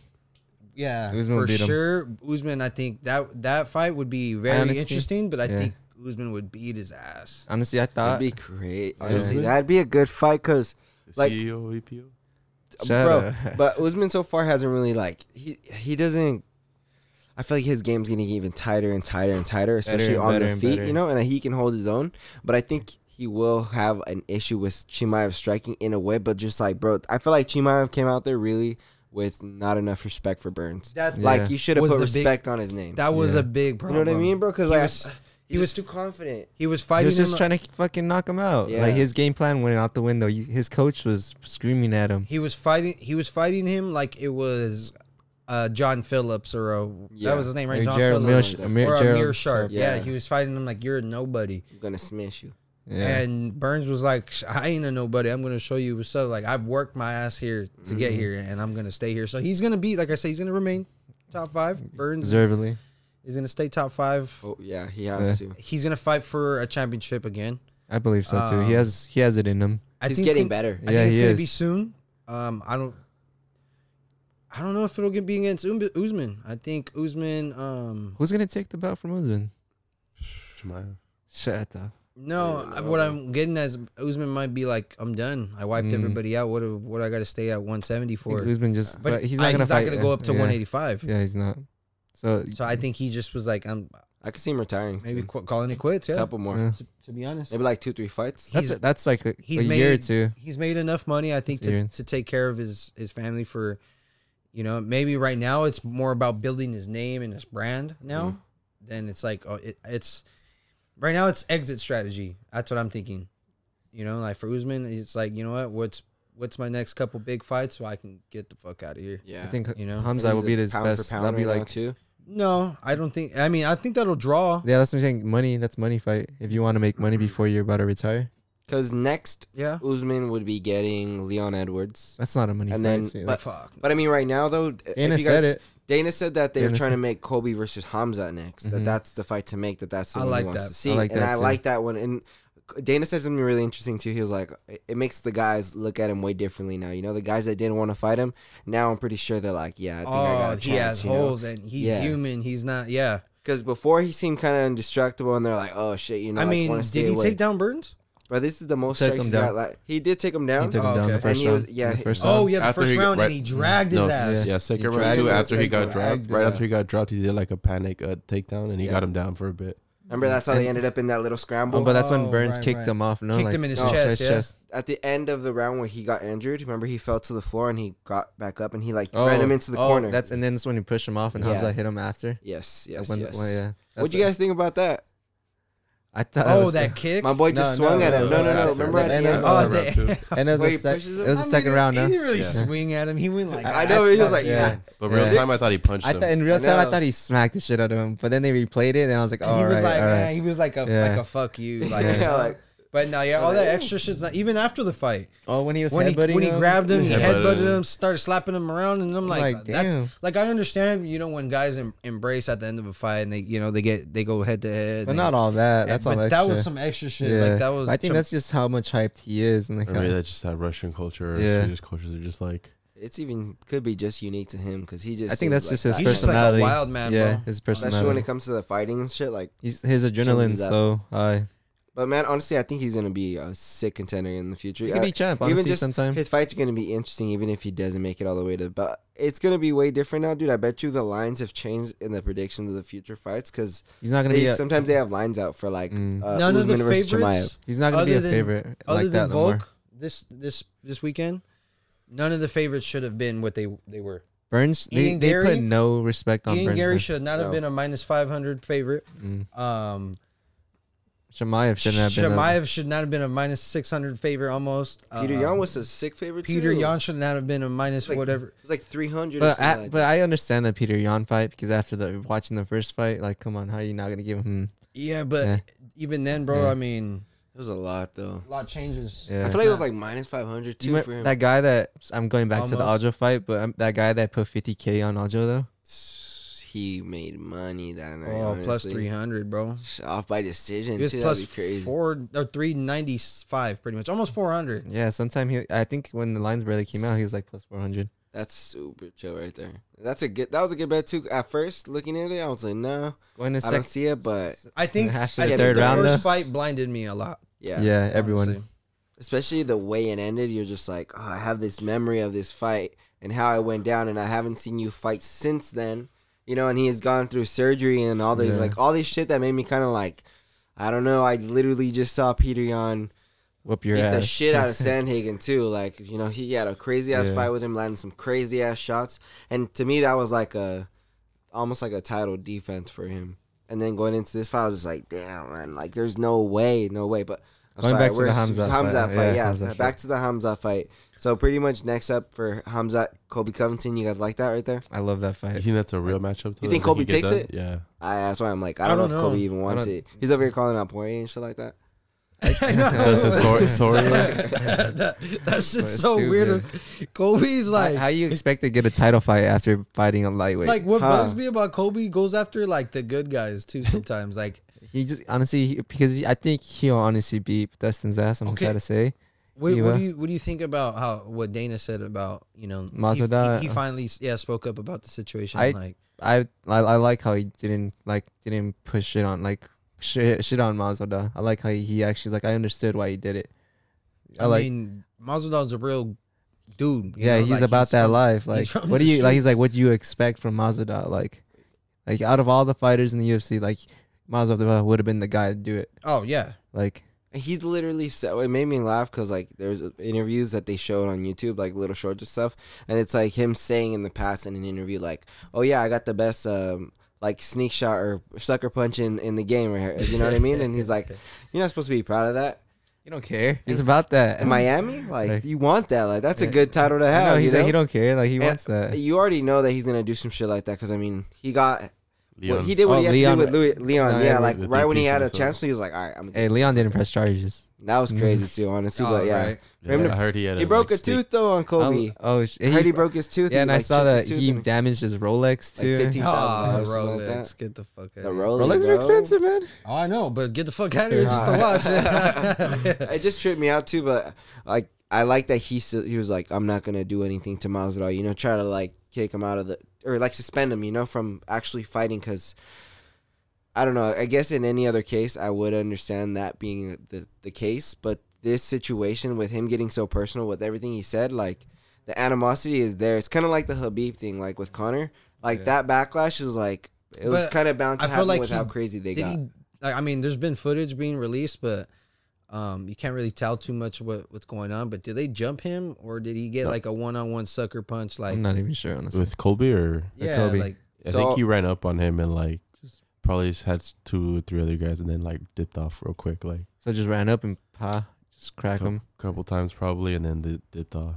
Yeah,
Usman
for
would beat him.
sure. Usman, I think that that fight would be very
Honestly,
interesting, but I
yeah.
think Usman would beat his ass.
Honestly, I
That'd
thought.
be great. Honestly,
Usman?
that'd be a good fight because like
CEO, EPO.
Shut
bro.
up.
but Usman so far hasn't really like he he doesn't. I feel like his game's getting even tighter and tighter and tighter, especially
and
on
better
the
and
feet,
better.
you know, and he can hold his own. But I think he will have an issue with Chimaev striking in a way, but just like bro, I feel like Chimaev came out there really with not enough respect for Burns.
That-
like
Yeah.
you should have
Was
put
the big-
respect on his name.
That was a big
you
problem.
know what I mean, bro? Because
He
like
was-
he was too confident.
He was
He
fighting.
was just
him-
trying to fucking knock him out.
Yeah.
Like his game plan went out the window. You- His coach was screaming at him.
He was fighting. He was fighting him like it was uh, John Phillips or a,
Yeah.
that was his name, right?
Like,
John
Gerald
Phillips
Mish-
Or
Amir-
or
Gerald-
Amir Sharp. Yeah.
Yeah.
he was fighting him like you're a nobody.
I'm gonna smash you.
Yeah.
And Burns was like, I ain't a nobody. I'm gonna show you what's up. Like I've worked my ass here to
Mm-hmm.
get here, and I'm gonna stay here. So he's gonna be like I say, he's gonna remain top five. Burns is,
Deservedly.
is gonna stay top five.
Oh yeah, he has to.
He's gonna fight for a championship again.
I believe so too. He
Um,
has he has it in him.
I
He's
think
getting
it's gonna,
better.
I
Yeah,
think it's
he
gonna be
is.
soon. Um, I don't. I don't know if it'll get be against Um- Usman. I think Usman. Um,
Who's gonna take the belt from Usman?
Chimaev.
Shut up.
no, I- what I'm getting as Usman might be like, I'm done. I wiped everybody out. What do- what I got to stay at 170
Mm. I think
for?
Usman just but, he's not
I-
gonna fight,
go up to
yeah.
185.
Yeah, he's not. So,
So I think he just was like, I'm
I could see him retiring.
maybe
soon.
qu- calling it quits.
a
Yeah,
couple more.
Yeah.
to be honest.
Maybe like two, three fights.
that's
He's-
that's like a,
he's
a
made
year or two.
he's made enough money I think
That's
to,
weird.
to take care of his his family for you know maybe right now it's more about building his name and his brand now
Mm.
than it's like oh it, it's right now it's exit strategy that's what I'm thinking you know like for Usman it's like you know what what's what's my next couple big fights so I can get the fuck out of here
Yeah,
I think
You know,
Hamza will
He's a
be his
pound for
best.
pound
That'll be
right now,
like
too.
no I don't think I mean I think that'll draw
Yeah, that's what I'm saying. Money, that's money fight. If you want to make money before you're about to retire,
Because next,
yeah
Usman would be getting Leon Edwards.
that's not a money
And
fight.
then-
see,
but-
that's-
fuck
But I mean, right now though, if
Dana
you
said it.
Dana said that they're trying
Dana said- Mm-hmm.
to make Kobe versus Hamza next. That that's the fight to make. That that's the
I
one
like
he wants
that.
to see.
I like
and
that
I
too.
like that one. And Dana said something really interesting too. He was like, it it makes the guys look at him way differently now. You know, the guys that didn't want to fight him now, I'm pretty sure they're like, yeah, I think I got a
oh
chance.
he has
you know?
holes and he's
Yeah.
human he's not yeah
Because before he seemed kind of indestructible, and they're like, "Oh shit," you know.
I
like,
mean
wanna
did
stay
he
away.
take down Burns
But this is the most
Took
strikes
him
he's got,
down.
like- he did take him down.
He took
Oh,
him down
okay.
the
And
first
he
round.
was- yeah,
the
he-
first
Oh
round.
yeah, the
After
first
he-
round,
right-
and he dragged his
No,
ass.
yeah,
He
second
dragged
round too.
him.
After he got
Second
dropped,
round.
right
Yeah.
after he got dropped, he did like a panic uh, takedown, and he
Yeah.
got him down for a bit.
Remember, that's how they ended up in that little scramble.
Oh, but that's
Oh,
when Burns
right,
kicked
right.
him off. No,
Kicked
like,
him in his
off
chest, yeah.
at the end of the round where he got injured, remember he fell to the floor and he got back up and he like
Oh,
ran him into the
oh,
corner.
That's and then that's when he pushed him off, and
Yeah.
Hamza hit him after.
yes, yes,
When-
yes.
when- yeah.
What'd
That's
you
it.
guys think about that?
I thought.
Oh,
was-
that kick!
My boy just
No,
swung
no,
at him. No, no, no.
after.
Remember at
And
the
then-
end?
oh,
Round
damn.
two.
End of
Where
the
he
sec-
pushes him?
it was
I
the
mean,
second round.
He
No?
didn't really
Yeah.
swing at him. He went like
I know he was like, yeah.
Yeah.
But real
Yeah.
time, I thought he punched
I
him.
thought in real time
know.
I thought he smacked the shit out of him, but then they replayed it and I was like,
And
oh,
he was
right,
like,
all
man,
right.
he was like a
Yeah.
like a fuck you, like.
Yeah,
you know?
like-
but no, yeah, all that extra shit's not even after the fight.
Oh, when he was
When he
headbutting
when he
him?
grabbed him, he
Headbutted
headbutted
him.
him, started slapping him around, and I'm like,
like,
that's
damn.
like I understand, you know, when guys em- embrace at the end of a fight and they, you know, they get they go head to head,
but not all that. That's all
but
extra.
that was some extra shit. Like that was,
I think
chum-
that's just how much hyped he is, and like,
Or
how-
maybe that's just that Russian culture or
Yeah.
Swedish culture. They're just like,
It's even could be just unique to him because he just.
I think
seems
that's
like
just his
that.
He's just like a
personality.
wild man,
yeah,
bro.
his
Especially when it
personality.
comes to the fighting and shit. Like,
He's, his adrenaline
his up.
so high.
but man, honestly, I think he's gonna be a sick contender in the future.
He could
Uh,
be champ, honestly, sometime.
His fights are gonna be interesting, even if he doesn't make it all the way to. But it's gonna be way different now, dude. I bet you the lines have changed in the predictions of the future fights because
He's not gonna be. A,
sometimes they have lines out for like
Mm.
uh,
none of the
Usman versus
favorites.
Chimaev.
he's not gonna be
other
a
than-
favorite
other
like
than
that no more.
Volk, this this this weekend, none of the favorites should have been what they they were.
Burns, they,
Ian
they
Gary-
put no respect on
Ian
Burns.
Gary
man.
should not have
No.
been a minus five hundred favorite. Um,
Shemaev Mm. shouldn't have been.
Shemaev should not have been a minus six hundred favorite almost.
Peter
Um,
Yan was a sick favorite.
Peter
too.
Yan should not have been a minus
It's like,
whatever.
It's like three hundred.
But I, but I understand the Peter Yan fight because after the watching the first fight, like, come on, how are you not gonna give him?
Yeah, but
Yeah.
even then, bro, I mean,
it was a lot though.
a lot changes.
Yeah.
I feel like it was like minus five hundred
You
too
me-
for him.
that guy that I'm going back to the
Almost.
Aljo fight, but um, that guy that put 50k on Aljo though,
he made money that night.
Oh, plus
honestly.
three hundred, bro.
off by decision.
He was
Too,
plus
that'd be crazy.
four or three ninety five, pretty much, almost four hundred.
yeah. Sometime he, I think when the lines barely came out, he was like plus 400.
That's super chill right there. That's a good. That was a good bet too. At first, looking at it, I was like, no,
Going to
I don't
second,
see it. But
I think, I
Half the
think
third
the
round,
first
though.
fight blinded me a lot.
yeah,
yeah, everyone.
honestly.
Especially the way it ended, you're just like, oh, I have this memory of this fight and how it went down, and I haven't seen you fight since then. You know, and he has gone through surgery and all these
Yeah.
like all this shit that made me kind of like, I don't know. I literally just saw Peter Yan
Whoop
beat
your
the
ass.
shit out of Sandhagen too. Like you know, he had a crazy ass
Yeah.
fight with him, landing some crazy ass shots. And to me, that was like a almost like a title defense for him. And then going into this fight, I was just like, damn, man, like there's no way, no way. But I'm
Going
sorry,
back to
we're-
the Hamzat
Hamzat
fight,
fight.
yeah,
Yeah,
Hamzat
back
fight.
to the Hamzat fight. So pretty much next up for Hamzat, Colby Covington. You guys like that right there?
I love that
You
fight.
think that's a real matchup? To
You think
like, he
Kobe
get
takes
done?
it?
Yeah.
I, that's why I'm like, I don't, know, if Kobe even wants
don't-
it. He's over here calling out Poirier and shit like that.
I know.
Does it sorry, sorry.
that, that shit's
That's
so weird. Kobe's
Like,
like,
how you expect to get a title fight after fighting a lightweight?
like what
Huh.
bugs me about Kobe goes after like the good guys too sometimes. Like,
he just honestly he, because he, I think he'll honestly beat Dustin's ass. I'm
Okay.
sad to say.
what,
You,
what
uh,
do you what do you think about how what Dana said about you know he-
Masvidal,
He, he
uh,
finally yeah spoke up about the situation.
I-
like,
I, I I like how he didn't like didn't push shit on like shit shit on Mazda. I like how he, he actually like I understood why he did it. I,
I,
like
mean, Masvidal's a real dude. you
yeah,
know, like,
he's about that
from-
life. Like
he's from
what
the
do you like? He's like
streets.
what do you expect from Mazda? Like like out of all the fighters in the UFC, like Mazda would have been the guy to do it.
Oh yeah,
Like
He's literally so it made me laugh because like there's uh, interviews that they showed on YouTube, like little shorts and stuff, and it's like him saying in the past in an interview, like, "Oh yeah, I got the best um like sneak shot or sucker punch in in the game right here," you know what I mean? And he's like, "You're not supposed to be proud of that."
you don't care. He's about that.
In Miami, like,
Like-
you want that, like that's a good title to have.
no, he's
you
like he
know?
don't care. Like he
And
wants that.
You already know that he's gonna do some shit like that because I mean he got well,
Leon.
he did what
Oh,
he had
Leon.
to do with Louis, Leon.
No,
yeah,
yeah,
like
with
right when he
DQ,
had a
so-
chance, he was like, "All right, I'm."
Hey, Leon Mm-hmm. didn't press charges.
That was crazy too, honestly.
Oh,
but yeah,
right.
For him
Yeah,
to-
I heard he had.
he
a,
broke
like,
a
steak-
tooth though on Kobe.
Oh, sh-
I heard he broke his tooth.
Yeah,
He,
and I
like,
saw
chipped
that
his tooth
he
and-
damaged his Rolex
Like
too.
15
oh,
$10,000 or something like
Rolex,
that.
get the fuck out.
the
of here.
Rolex,
Rolex
bro.
are expensive, man.
Oh, I know, but get the fuck out of here just to watch it.
It just tripped me out too, but like I like that he still, he was like, I'm not gonna do anything to Masvidal. You know, try to like kick him out of the or like suspend him. You know, from actually fighting because. I don't know. I guess in any other case, I would understand that being the, the case. But this situation with him getting so personal with everything he said, like the animosity is there. It's kind of like the Habib thing, like with Connor. Like that backlash is like it was
But
kind of bound to
I feel
happen
like
with
he-
how crazy they
Did
got.
he, like, I mean, there's been footage being released, but um, you can't really tell too much what, what's going on. But did they jump him, or did he get like a one-on-one sucker punch? Like,
I'm not even sure, honestly.
with Colby or
yeah,
Kobe.
like
I
So-
think he ran up on him and like probably just had s- two or three other guys and then like dipped off real quick, like
So I just ran up and pa, just
a
crack him.
couple times probably, and then di- dipped off.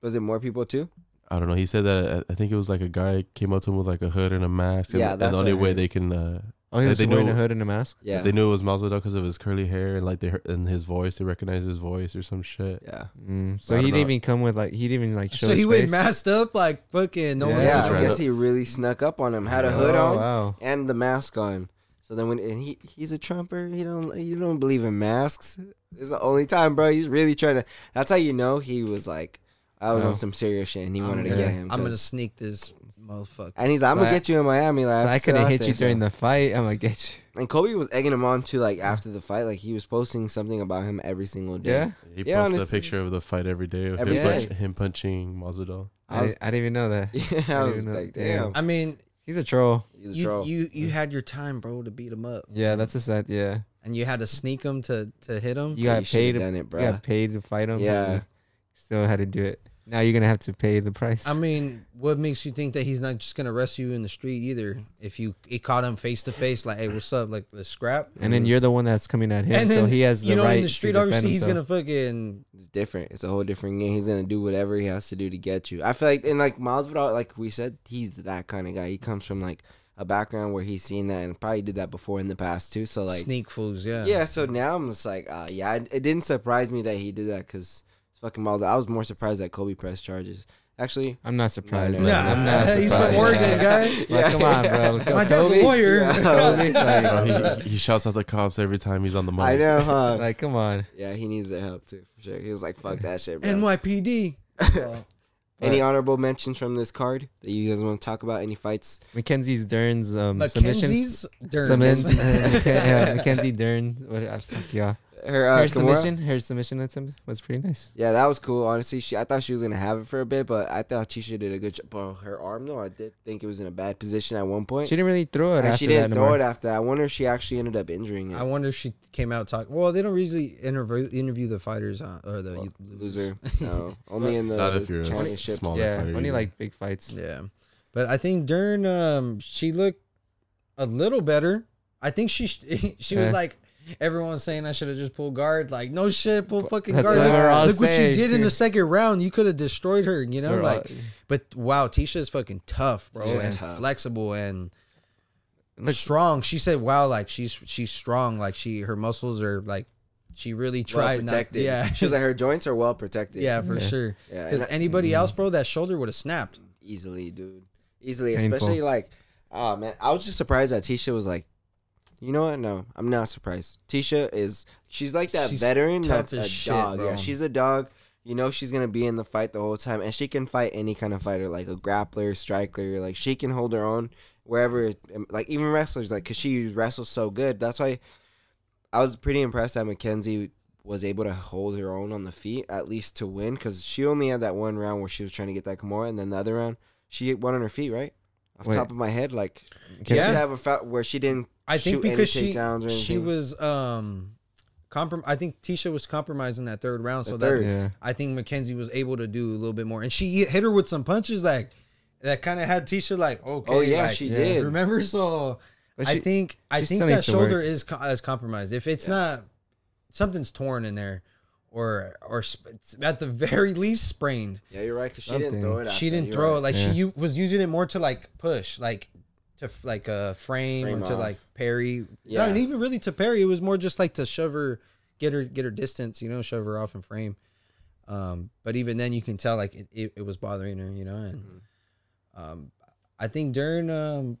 was it more people too?
I don't know. He said that uh, I I think it was like a guy came up to him with like a hood and a mask. And,
Yeah,
and
that's
the
what
only
I
way
heard.
they can uh,
Oh, he
Yeah,
was
they
wearing
know-
a hood and a mask.
Yeah.
they knew it was Masvidal because of his curly hair and like they heard and his voice. They recognized his voice or some shit.
yeah.
Mm, so
I
he didn't
don't know.
even come with like he didn't even like show.
so he
his
went
face.
masked up, like fucking no
Yeah,
one.
he
Yeah,
just
I
ran
guess
up.
he really snuck up on him. Had a
Oh,
hood on
Wow.
and the mask on. So then when and he he's a trumper, you don't you don't believe in masks. It's the only time, bro. He's really trying to. That's how you know he was like, I was
No.
on some serious shit, and he wanted to
gonna-
get him.
I'm
'cause-
gonna sneak this motherfucker.
and he's, like, I'm
So
gonna
I-
get you in Miami. Like,
I could have hit you during the fight. I'm gonna get
the. And Kobe was egging him on too, like after the fight, like he was posting something about him every single
you.
day.
Yeah.
He
Yeah,
posted a
honestly.
picture of the fight every day of
Every
him,
day.
punch, him punching Masvidal.
I,
I was-
didn't- I didn't even know that.
yeah. I
didn't
was
even know-
like, damn,
damn.
I mean,
He's a troll.
he's a
you
troll.
you you had your time, bro, to beat him up,
Yeah, that's a sad. Yeah,
and you had to sneak him to to hit him.
you got
you should've
paid.
done it,
you
bruh.
got paid to fight him. but
Yeah.
you Still had to do it. Now you're gonna have to pay the price.
I mean, what makes you think that he's not just gonna arrest you in the street either? If you he caught him face to face, like, hey, what's up? Like, let's scrap.
and
Mm-hmm.
then you're the one that's coming at him,
and then
so he has the
you know
right
in the street.
to defend
Obviously, he's
himself.
gonna fucking
it's different. It's a whole different game. He's gonna do whatever he has to do to get you. I feel like and like Masvidal, like we said, he's that kind of guy. He comes from like a background where he's seen that and probably did that before in the past too. So like,
sneak uh, fools. Yeah,
yeah. So now I'm just like, uh, yeah, it, it didn't surprise me that he did that because it's fucking Masvidal. I was more surprised that Kobe pressed charges. Actually,
I'm not surprised.
no,
like, I'm
no.
not
he's from
surprised.
Oregon, guy.
Like, come on, bro. Go
My dad's a
Kobe.
lawyer.
Yeah.
Like,
Bro, he, he shouts out the cops every time he's on the mic.
I know, huh?
like, come on.
yeah, he needs their help too for sure. He was like, fuck that shit, bro.
NYPD. Uh,
Any honorable mentions from this card that you guys want to talk about? Any fights?
Mackenzie's Dern's um, submissions.
Mackenzie's Derms.
Submissions. Macken- yeah, Mackenzie Dern. What, uh, fuck yeah.
her uh,
her
Kimura?
submission, her submission attempt was pretty nice.
Yeah, that was cool. Honestly, she I thought she was gonna have it for a bit, but I thought Chisha did a good job. But her arm, though, I did think it was in a bad position at one point.
She didn't really throw it.
and
after
she didn't
that
throw it after that. I wonder if she actually ended up injuring it.
I wonder if she came out talking. Well, they don't usually interview interview the fighters on, or the
Well,
losers.
loser. No, only in the
Not if you're a
championship.
small-
Yeah,
fighter,
only
yeah.
like big fights.
Yeah, but I think Dern, um, she looked a little better. I think she sh- she was
Yeah.
like everyone's saying I should have just pulled guard. Like no shit, pull fucking
That's
guard.
what
Look,
we're all
look what you
saying,
did in the
dude.
second round. You could have destroyed her. You know,
We're all-
like. But wow, Tisha is fucking tough, bro,
She's
and
tough.
flexible and
Looks-
strong. She said, "Wow, like she's she's strong. Like she her muscles are like she really
Well
tried not.
protected.
Yeah,
she was like her joints are well protected.
yeah, for sure.
Yeah,
Because
and I-
anybody
Mm-hmm.
else, bro, that shoulder would have snapped.
easily, dude. Easily,
Painful.
especially like, oh man, I was just surprised that Tisha was like, you know what? No, I'm not surprised. Tisha is she's like that
She's
veteran
tough
that's
as
a
shit,
dog.
bro.
Yeah, she's a dog. You know she's gonna be in the fight the whole time, and she can fight any kind of fighter, like a grappler, striker. Like she can hold her own wherever. Like even wrestlers, like because she wrestles so good. That's why I was pretty impressed that Mackenzie was able to hold her own on the feet, at least to win, because she only had that one round where she was trying to get that Kimura, and then the other round she won on her feet, right? Off the
Wait.
top of my head, like
Mackenzie?
yeah, to have a fa- where she didn't.
I think
shoot any
because she
takedowns or
she
anything.
was um comprom. I think Tisha was compromised in that third round, so
The third.
that
Yeah.
I think Mackenzie was able to do a little bit more, and she hit her with some punches like that. Kind of had Tisha like okay.
Oh yeah,
like,
she
yeah.
did.
Remember, so
But
I
she-
think I
she
think
still
that
needs to work.
shoulder is co- is compromised. If it's not something's torn in there, or or sp- at the very least sprained.
Yeah, you're right. Because she didn't
Something.
throw it.
she
after,
didn't
you're
throw
right.
it like she
Yeah.
u- was using it more to like push like to f- like uh frame,
Frame
or to
off.
like parry yeah
Yeah.
and even really to parry it was more just like to shove her get her get her distance you know shove her off and frame um but even then you can tell like it, it, it was bothering her you know and
Mm-hmm.
um i think during um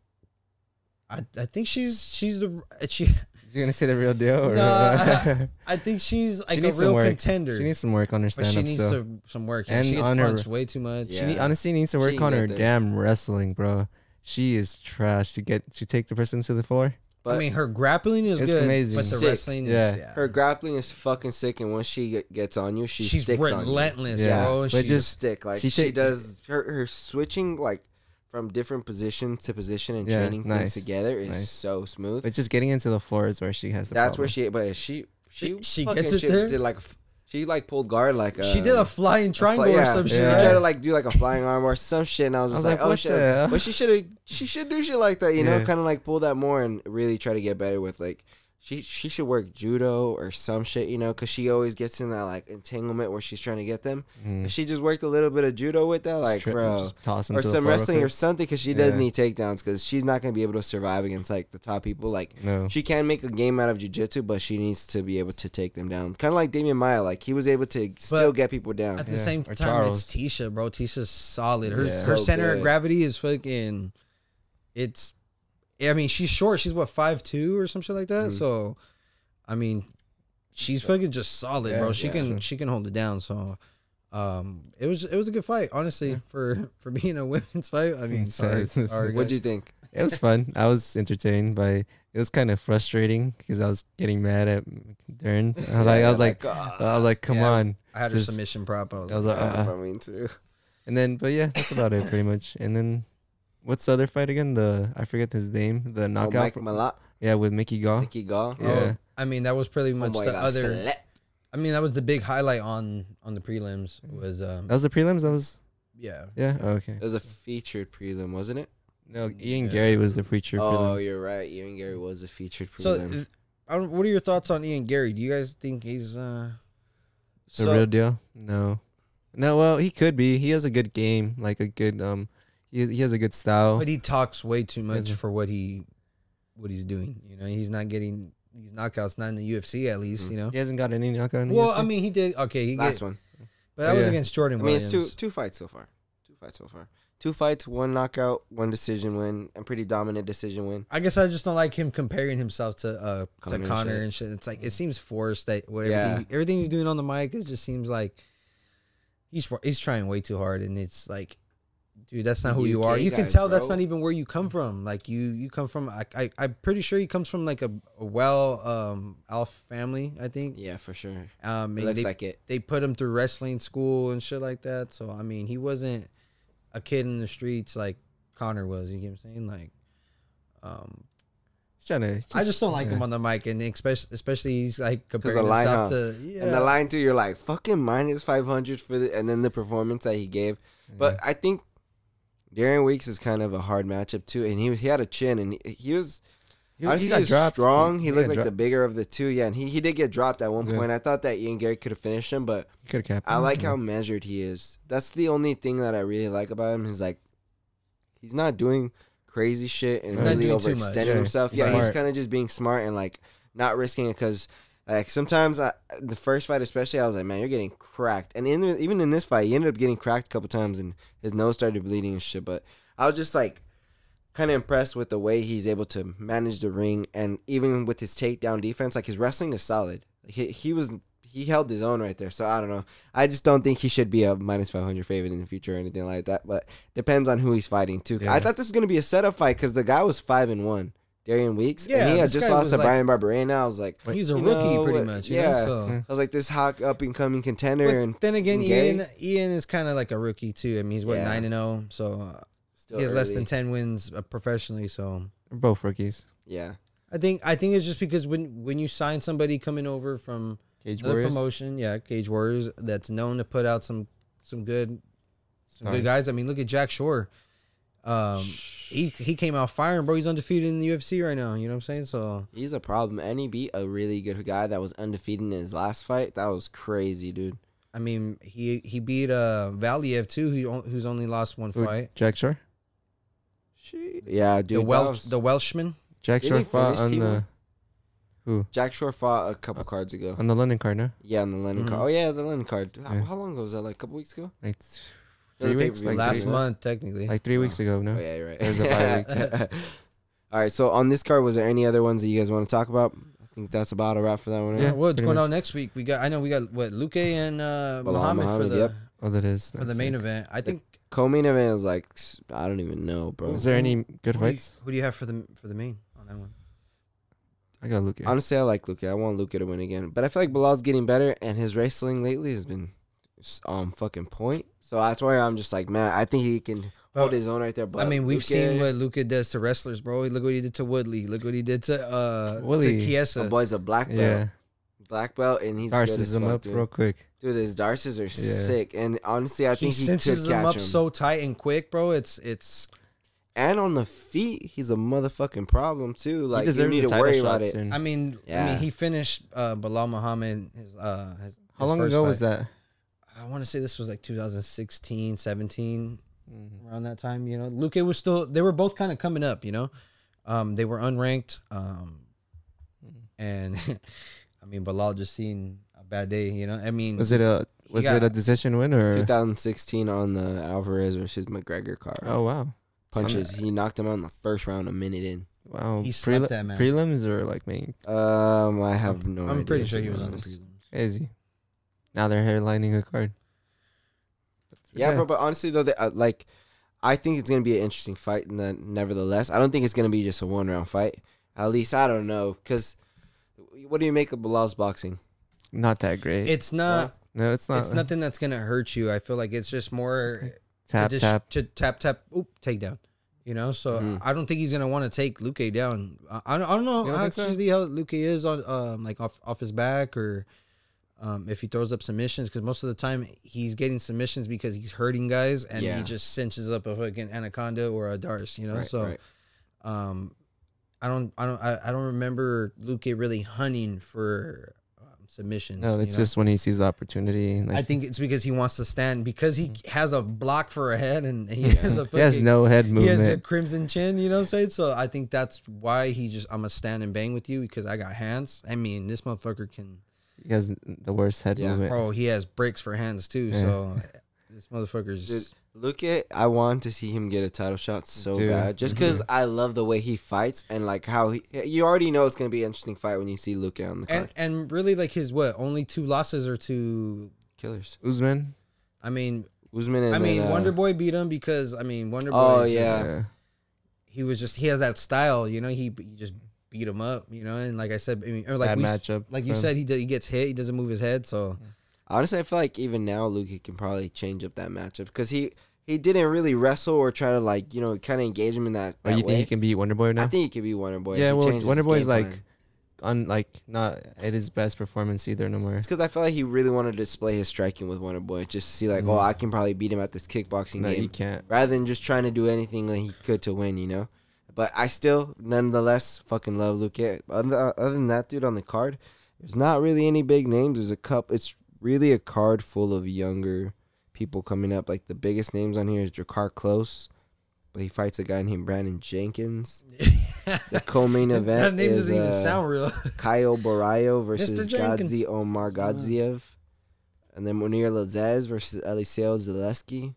I, I think she's she's the she
You're gonna say the real deal? Or, uh,
No, I- I think she's like a
needs some
real
work.
contender
She needs some work on her
but
stand
she
up.
needs to, some work and
And
she gets
on her-
punched way too much
Yeah.
She need, honestly needs to work
can
on
get
her
there.
damn wrestling, bro. She is trash to get to take the person to the floor.
But
I mean, her grappling is
It's
good,
amazing.
but the
Sick.
wrestling is
Yeah.
yeah.
her grappling is fucking sick, and once she get- gets on you, she
she's
sticks on you.
relentless,
Yeah.
bro. and
But
she's
just
just-
stick. Like she,
she take-
does her, her switching like from different position to position and
Yeah,
chaining
nice,
things together is
nice.
so smooth.
But just getting into the floor is where she has the.
That's where she.
problem.
But she she
She
fucking
gets it
shit
there?
Did like a f- she like pulled guard like a,
she did a flying triangle
fly-
or some shit.
yeah.
She tried to
right?
like do like a flying arm or some shit, and I was
I
just
was
like,
like,
oh
what
shit.
the hell?
But she should have. She should do shit like that, you know,
Yeah.
kind of like pull that more and really try to get better with like. She, she should work judo or some shit, you know, because she always gets in that like entanglement where she's trying to get them. If she just worked a little bit of judo with that, like
trip-
bro,
Mm. just toss them
or
to the
some
floor real
wrestling
quick.
or something, because she does
Yeah.
need takedowns, because she's not gonna be able to survive against like the top people. Like
No.
she can make a game out of jujitsu, but she needs to be able to take them down. Kind of like Damian Maya, like he was able to still get people down.
At the
Yeah,
same
or
time,
Charles.
it's Tisha, bro. Tisha's solid. Her,
Yeah.
her
So
center of
good.
gravity is fucking. It's, I mean, she's short. She's what five two or some shit like
Mm-hmm.
that. So, I mean, she's fucking just solid, bro. She can she can hold it down. So, um, it was it was a good fight, honestly, for for being a women's fight. I mean, sorry,
Sorry.
sorry
What'd
guys.
you think?
it was fun. I was entertained by. It was kind of frustrating because I was getting mad at Dern. I was like, I was like,
oh,
I was like, come
Yeah,
on.
I had her
Just-
submission prop. I was
I was
like,
like,
Uh,
uh,
I mean, too.
and then, but yeah, that's about it, pretty much. And then, what's the other fight again? The I forget his name. The
Oh,
knockout.
Mike
fr-
Malak,
yeah, with Mickey Gall.
Mickey Gall.
oh,
yeah.
I mean, that was pretty
Oh
much
my
the
God,
other.
select.
I mean, that was the big highlight on on the prelims. Was um,
Mm-hmm. That was the prelims. That was
yeah.
yeah. Oh, okay.
It was a featured prelim, wasn't it?
No, Ian Gary was the feature.
Oh,
prelim.
you're right. Ian Gary was a featured prelim.
So, th- I don't, what are your thoughts on Ian Gary? Do you guys think he's uh,
The
So-
real deal? No. No, well, he could be. He has a good game, like a good um he, he has a good style.
but he talks way too much
Doesn't-
for what he what he's doing. You know, he's not getting these knockouts, not in the UFC at least. You know.
he hasn't got any knockout in the
Well,
UFC.
I mean, he did okay. He
Mm-hmm. Last
get,
one.
but that was
Yeah.
against Jordan
I mean, it's
Williams.
two two fights so far. Two fights so far. Two fights, one knockout, one decision win, and pretty dominant decision win.
I guess I just don't like him comparing himself to uh
Conor
to
and
Connor
shit.
and shit. It's like it seems forced that whatever
Yeah.
everything, everything he's doing on the mic it just seems like he's he's trying way too hard and it's like dude that's not who you
UK
are you can
guy,
tell that's
bro.
not even where you come from like you you come from I, I i'm pretty sure he comes from like a, a well um alpha family i think
Yeah, for sure.
um
It
and
looks
they,
like it.
they put him through wrestling school and shit like that so i mean he wasn't a kid in the streets like connor was you get what i'm saying like um i just don't like him on the mic and especially especially he's like comparing
line,
himself
huh?
to yeah
And the line too, you're like fucking minus five hundred for the, and then the performance that he gave. But I think Darren Weeks is kind of a hard matchup too, and he he had a chin and he, he was.
He- he
Honestly,
got
he's
dropped.
strong. He,
He
looked
got
like the
dropped.
bigger of the two. Yeah, and he, he did get dropped at one
Yeah.
point. I thought that Ian Gary could have finished him, but
He could have
I like how measured he is. That's the only thing that I really like about him. He's like, he's not doing crazy shit and
He's not
really
doing too much.
overextending
Yeah,
himself.
he's
Yeah, he's
smart.
kind of just being smart and like not risking it because. Like sometimes, I, the first fight especially, I was like, "Man, you're getting cracked." And in the, even in this fight, he ended up getting cracked a couple times, and his nose started bleeding and shit. But I was just like, kind of impressed with the way he's able to manage the ring and even with his takedown defense like his wrestling is solid he, he was he held his own right there so i don't know i just don't think he should be a minus 500 favorite in the future or anything like that but depends on who he's fighting too i
Yeah.
thought this was going to be a setup fight because the guy was five and one Darian Weeks,
Yeah,
and he had
this
just
guy
lost
was
to
like-
Brian Barberena. I was like,
he's a
you
rookie
know,
pretty
what-
much you
yeah,
know so
I was like, this hot up and coming contender,
But
and
then again,
Gay?
Ian Ian is kind of like a rookie too. I mean, he's what
Yeah.
nine and zero, so uh,
still
he has less than
early.
ten wins uh, professionally. So
They're both rookies.
Yeah,
I think I think it's just because when when you sign somebody coming over from
Cage
the
Warriors.
promotion, yeah, Cage Warriors, that's known to put out some some good some
Stars.
good guys. I mean, look at Jack Shore. Um, he he came out firing, bro. He's undefeated in the UFC right now. You know what I'm saying? So
he's a problem, and he beat a really good guy that was undefeated in his last fight. That was crazy, dude.
I mean, he he beat uh Valiev too, who on- who's only lost one
Who-
fight.
Jack Shore.
Yeah, dude.
the
that
Welsh
was-
the Welshman.
Jack
Didn't
Shore
he
fought
finish
on
Timo?
the who
Jack Shore fought a couple cards ago.
on the London card, no?
Yeah, on the Lennon
Mm-hmm.
card. Oh yeah, the Lennon card. How,
Yeah.
how long ago was that? Like a couple weeks ago.
Like th-
That was
three
a
weeks,
pay-per-view,
like
last
three,
month, technically.
like three weeks ago, no?
Oh yeah, you're right.
There's a bye
All right. So on this card, was there any other ones that you guys want to talk about? I think that's about a wrap for that one. right?
Yeah.
what's
pretty
going
much.
on next week? We got I know we got what Luke and uh,
Bilal
Muhammad, for
Muhammad,
the
yep.
Oh, that is
for the
next
main
week.
event. I think
Co-main event is like s- I don't even know, bro.
Is there any good
who do, you,
fights?
who do you have for the for the main on that one?
I got Luke.
Honestly, I like Luke. I want Luke to win again, but I feel like Bilal's getting better, and his wrestling lately has been s- on fucking point. So that's why I'm just like, man, I think he can
Well,
hold his own right there. But
I mean, we've
Luque-
seen what Luca does to wrestlers, bro. Look what he did to Woodley. Look what he did to uh
Woodley.
to Kiesa.
my boy's a black belt.
Yeah,
black belt, and he's good as
Darcy's him
fuck,
up
dude.
real quick.
Dude, his darces are sick, and honestly, I
he
think he, could
cinches
catch
them
him.
up so tight and quick, bro. It's it's
and on the feet, he's a motherfucking problem too. Like you
deserves
need
a
to
title
worry
shot
about it.
soon.
I mean I
Yeah.
mean he finished uh Bilal Muhammad his uh his
How
his
long
first
ago was
fight.
that?
Mm-hmm.
I want to say this was like 2016, 17, around that time. You know, Luke was still. They were both kind of coming up. You know, um, they were unranked, um, and I mean, Bilal just seen a bad day. You know, I mean,
Was it a was
got-
it a decision win or?
2016 on the Alvarez versus McGregor card.
Oh wow,
Punches. He knocked him out in the first round, a minute in.
wow.
He slept that man.
Prelims or like main
Um, I have no.
I'm
idea,
pretty
to
sure
be
he was on the
honest.
prelims.
crazy. Now they're hairlining a card. That's pretty
Yeah,
bad.
bro. But honestly, though, they, uh, like, I think it's gonna be an interesting fight. And then, nevertheless, I don't think it's gonna be just a one round fight. At least I don't know, cause what do you make of Bilal's boxing?
not that great.
It's not.
no, it's not.
It's nothing that's gonna hurt you. I feel like it's just more
Tap
tradi-
tap. Mm-hmm.
to tap tap. Oop, takedown. You know, so I don't think he's gonna want to take Luke down. I, I don't- I don't know
You don't
how
think so?
actually how Luke is on um like off off his back or um if he throws up submissions because most of the time he's getting submissions because he's hurting guys and
Yeah.
he just cinches up a fucking anaconda or a darce. You know, so um I don't I don't I, I don't remember Luke really hunting for um, submissions.
No,
you
it's
know?
just when he sees the opportunity. Like, Mm.
I think it's because he wants to stand because he has a block for a head and he has a
he has
fucking-
no head
he has a
movement.
crimson chin, you know what I'm saying? So I think that's why he just I'm gonna stand and bang with you because I got hands. I mean, this motherfucker can
He has the worst head
Yeah.
movement.
bro, he has bricks for hands too. So this motherfucker's
Dude,
just
look at I want to see him get a title shot so
Dude.
bad, just because I love the way he fights and like how he. You already know it's gonna be an interesting fight when you see Luke on the card.
and and really like his what only two losses are to
Killers.
Usman,
I mean
Usman and
I mean,
then, uh,
Wonder Boy beat him because I mean, Wonder Boy.
Oh
is just-
yeah.
Yeah.
he was just he has that style, you know. He, he just beat him up, you know. And like I said, I mean, or like
Bad
we,
matchup
like you
for him.
said, he do, he gets hit, he doesn't move his head, so
Honestly, I feel like even now Luke can probably change up that matchup because he he didn't really wrestle or try to like you know kind of engage him in that.
Oh,
that
you
way.
think he can beat Wonder Boy now?
I think he could be Wonder Boy. if
yeah,
he
well,
changes
Wonder
his
Boy's
game
like,
plan.
on like not at his best performance either no more.
It's because I felt like he really wanted to display his striking with Wonder Boy, just to see like, oh, I can probably beat him at this kickboxing
Mm. No,
game,
you can't.
rather than just trying to do anything that he could to win, you know. But I still, nonetheless, fucking love Luke. Cage. Other, other than that, dude, on the card, there's not really any big names. There's a cup. It's really a card full of younger people coming up. Like the biggest names on here is Jakar Close, but he fights a guy named Brandon Jenkins. the co-main event
that name
is,
doesn't even
uh,
sound real.
Kyle Borayo versus
Mr. Jenkins.
Godzi Omar Godziev. And then Munir Lazez versus Eliseo Zaleski.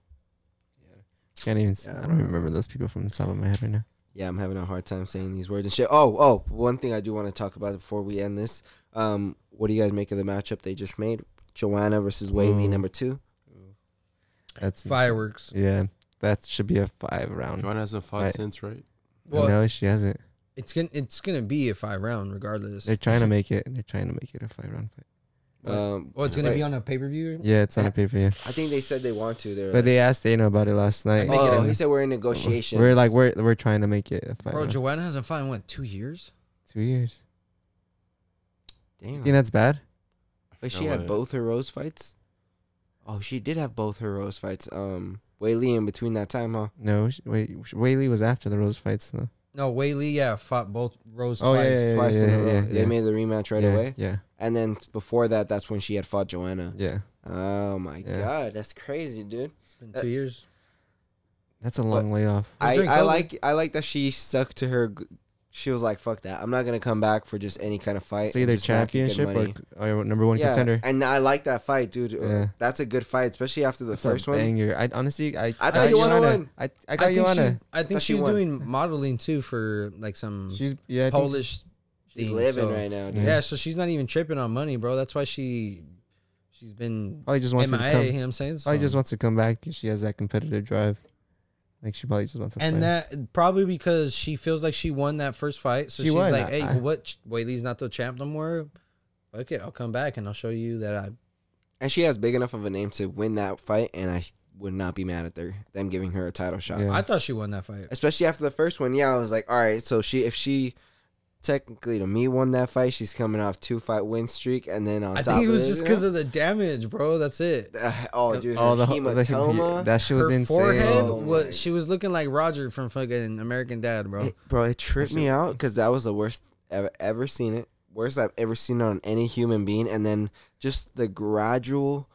Can't even. s I don't even remember those people from the top of my head right now.
Yeah, I'm having a hard time saying these words and shit. Oh, oh, one thing I do want to talk about before we end this. Um, what do you guys make of the matchup they just made? Joanna versus Whaley,
Mm.
number two.
That's
Fireworks.
Yeah, that should be a five round.
Joanna hasn't fought
Right.
since, right?
Well,
no, she hasn't.
it's gonna it's gonna be a five round regardless.
They're trying to make it. They're trying to make it a five round fight.
What?
Um,
Oh, it's gonna
wait,
be on a pay per view.
Yeah, it's on a paper. Yeah,
I think they said they want to. They're
but
like,
they asked Dana about it last night.
make it
oh,
a-
he said we're in negotiations.
We're like we're we're trying to make it a five
Bro,
round.
Joanna hasn't fought in what two years?
Two years. You think
damn.
that's bad?
But she
No
had
way.
both her rose fights. Oh, she did have both her rose fights. Um, Whaley in between that time, huh?
No, sh- wait. sh- Whaley was after the Rose fights, though.
No, Whaley, yeah, fought both Rose
Oh, yeah,
twice.
yeah,
twice in a row.
yeah,
They
yeah.
made the rematch right
yeah,
away.
Yeah,
And then before that, that's when she had fought Joanna.
yeah.
Oh my
Yeah.
god, that's crazy, dude.
It's been
Uh,
two years.
That's a long layoff.
Well,
I,
during
I
COVID-
like I like that she stuck to her. g- She was like, "Fuck that! I'm not gonna come back for just any kind of fight."
It's
and
either
just not get good
championship or,
money."
or number one
yeah,
contender.
and I like that fight, dude. Uh,
Yeah.
That's a good fight, especially after the
That's
first
a
one.
banger. I honestly, I, I
thought
got
you wanna
Joanna.
win.
I, I got
I think she's,
Joanna.
I think
Thought she
she's
won.
doing modeling too for like some
She's, yeah, I think-
Polish.
She's
thing,
living
so-
right now, dude.
Yeah. so she's not even tripping on money, bro. That's why she she's been
probably just wants to
MIA,
come.
you know what I'm saying?
Probably
So-
just wants to come back because she has that competitive drive. Like she probably just wants to.
and
play.
that probably because she feels like she won that first fight, so
She
she's
won.
like, "Hey,
I-
what? Whaley's not the champ no more. Okay, I'll come back and I'll show you that I."
And she has big enough of a name to win that fight, and I would not be mad at their, them giving her a title shot.
Yeah.
I thought she won that fight.
especially after the first one. Yeah, I was like, all right, so she if she technically to me won that fight, she's coming off two fight win streak, and then on
I
top
think it was
of
just because of the damage, bro. That's it.
oh dude,
oh, the, the,
hematoma.
that shit was
Her
insane.
forehead
Oh my-
was she was looking like Roger from fucking American Dad, bro.
Oh.
It- bro, it tripped me out because that was the worst I've ever seen it. Worst I've ever seen it on any human being, and then just the gradual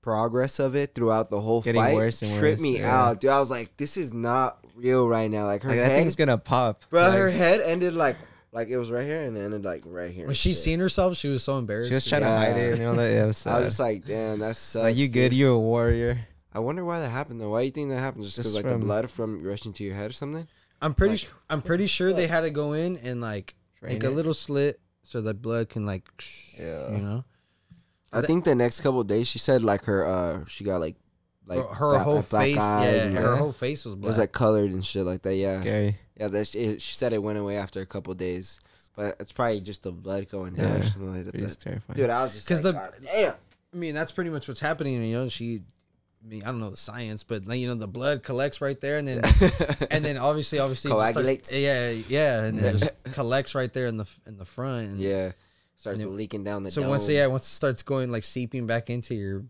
progress of it throughout the whole
Getting
fight
worse and
tripped
worse,
me
yeah.
out, dude. I was like, this is not real right now. Like her
Like, that
head,
thing's gonna pop.
bro,
Like,
her head ended like like it was right here and ended like right here.
When she
Shit.
seen herself, she was so embarrassed.
she was trying
Yeah.
to hide it and all that. Yeah, it was
I
sad.
was just like, damn, that sucks.
like you
dude."
good? You a warrior?
I wonder why that happened though. Why do you think that happened? Just because
Just
like the
from-
blood from rushing to your head or something?
I'm pretty.
Like,
su- I'm pretty sure they had to go in and like
Drain
make a
it.
little slit so that blood can like.
Yeah.
You know,
I think the next couple of days she said like her uh she got like like
her, her
black-
whole
like, black
face.
eyes
Yeah,
and,
her
like,
whole face was
it
black.
was like colored and shit like that. Yeah,
Scary.
yeah. That she, it- she said it went away after a couple of days, but it's probably just the blood going down or
Yeah.
something like that.
It's
But-
terrifying.
Dude, I was just
'Cause
because
the-
the damn.
I mean, that's pretty much what's happening. You know, she. I mean, I don't know the science, but like you know, the blood collects right there, and then and then obviously, obviously, it just
Coagulates.
yeah, yeah, and it just collects right there in the in the front. And
yeah, starts
And it-
leaking down the.
So once
dome.
yeah, once it starts going like seeping back into your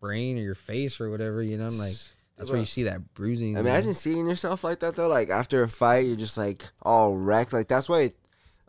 brain or your face or whatever, you know, I'm like that's where you see that bruising. you know?
Imagine seeing yourself like that though. Like after a fight, you're just like all wrecked. Like that's why uh,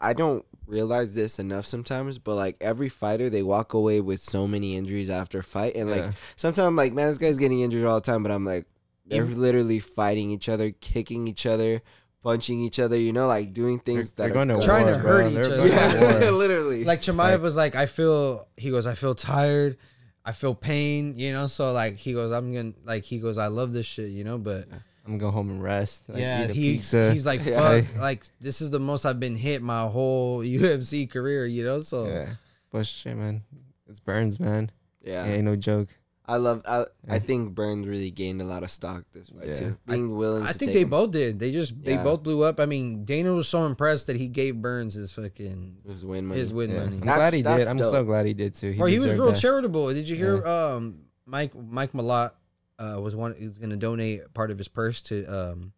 I don't realize this enough sometimes. But like every fighter, they walk away with so many injuries after a fight, and like
Yeah.
sometimes I'm like, man, this guy's getting injured all the time. But I'm like, they're literally fighting each other, kicking each other, punching each other. You know, like doing things
they're
that
going to
are
war,
Trying to
bro.
hurt
They're
each
going
other.
to
Yeah,
war.
literally.
like Chamayev was like, I feel he goes, I feel tired, I feel pain, you know. So like he goes, I'm gonna like he goes, I love this shit, you know. But
I'm gonna go home and rest. Like,
yeah,
eat a
he,
pizza.
he's like,
Yeah.
fuck, like this is the most I've been hit my whole UFC career, you know. So
yeah, but shit, man, it's burns, man.
yeah.
It ain't no joke.
I love. I, I think Burns really gained a lot of stock this fight
Yeah.
too. Being willing.
I
to
think
take
they
him.
both did. They just they
Yeah.
both blew up. I mean, Dana was so impressed that he gave Burns his fucking
his win money.
his win
Yeah. I'm
money.
That's-
glad he
that's
did. I'm
dope.
so glad he did too.
Bro, he was
deserved
real
that.
charitable. Did you hear? Um, Mike Mike Malott uh, was one. He's going to donate part of his purse to um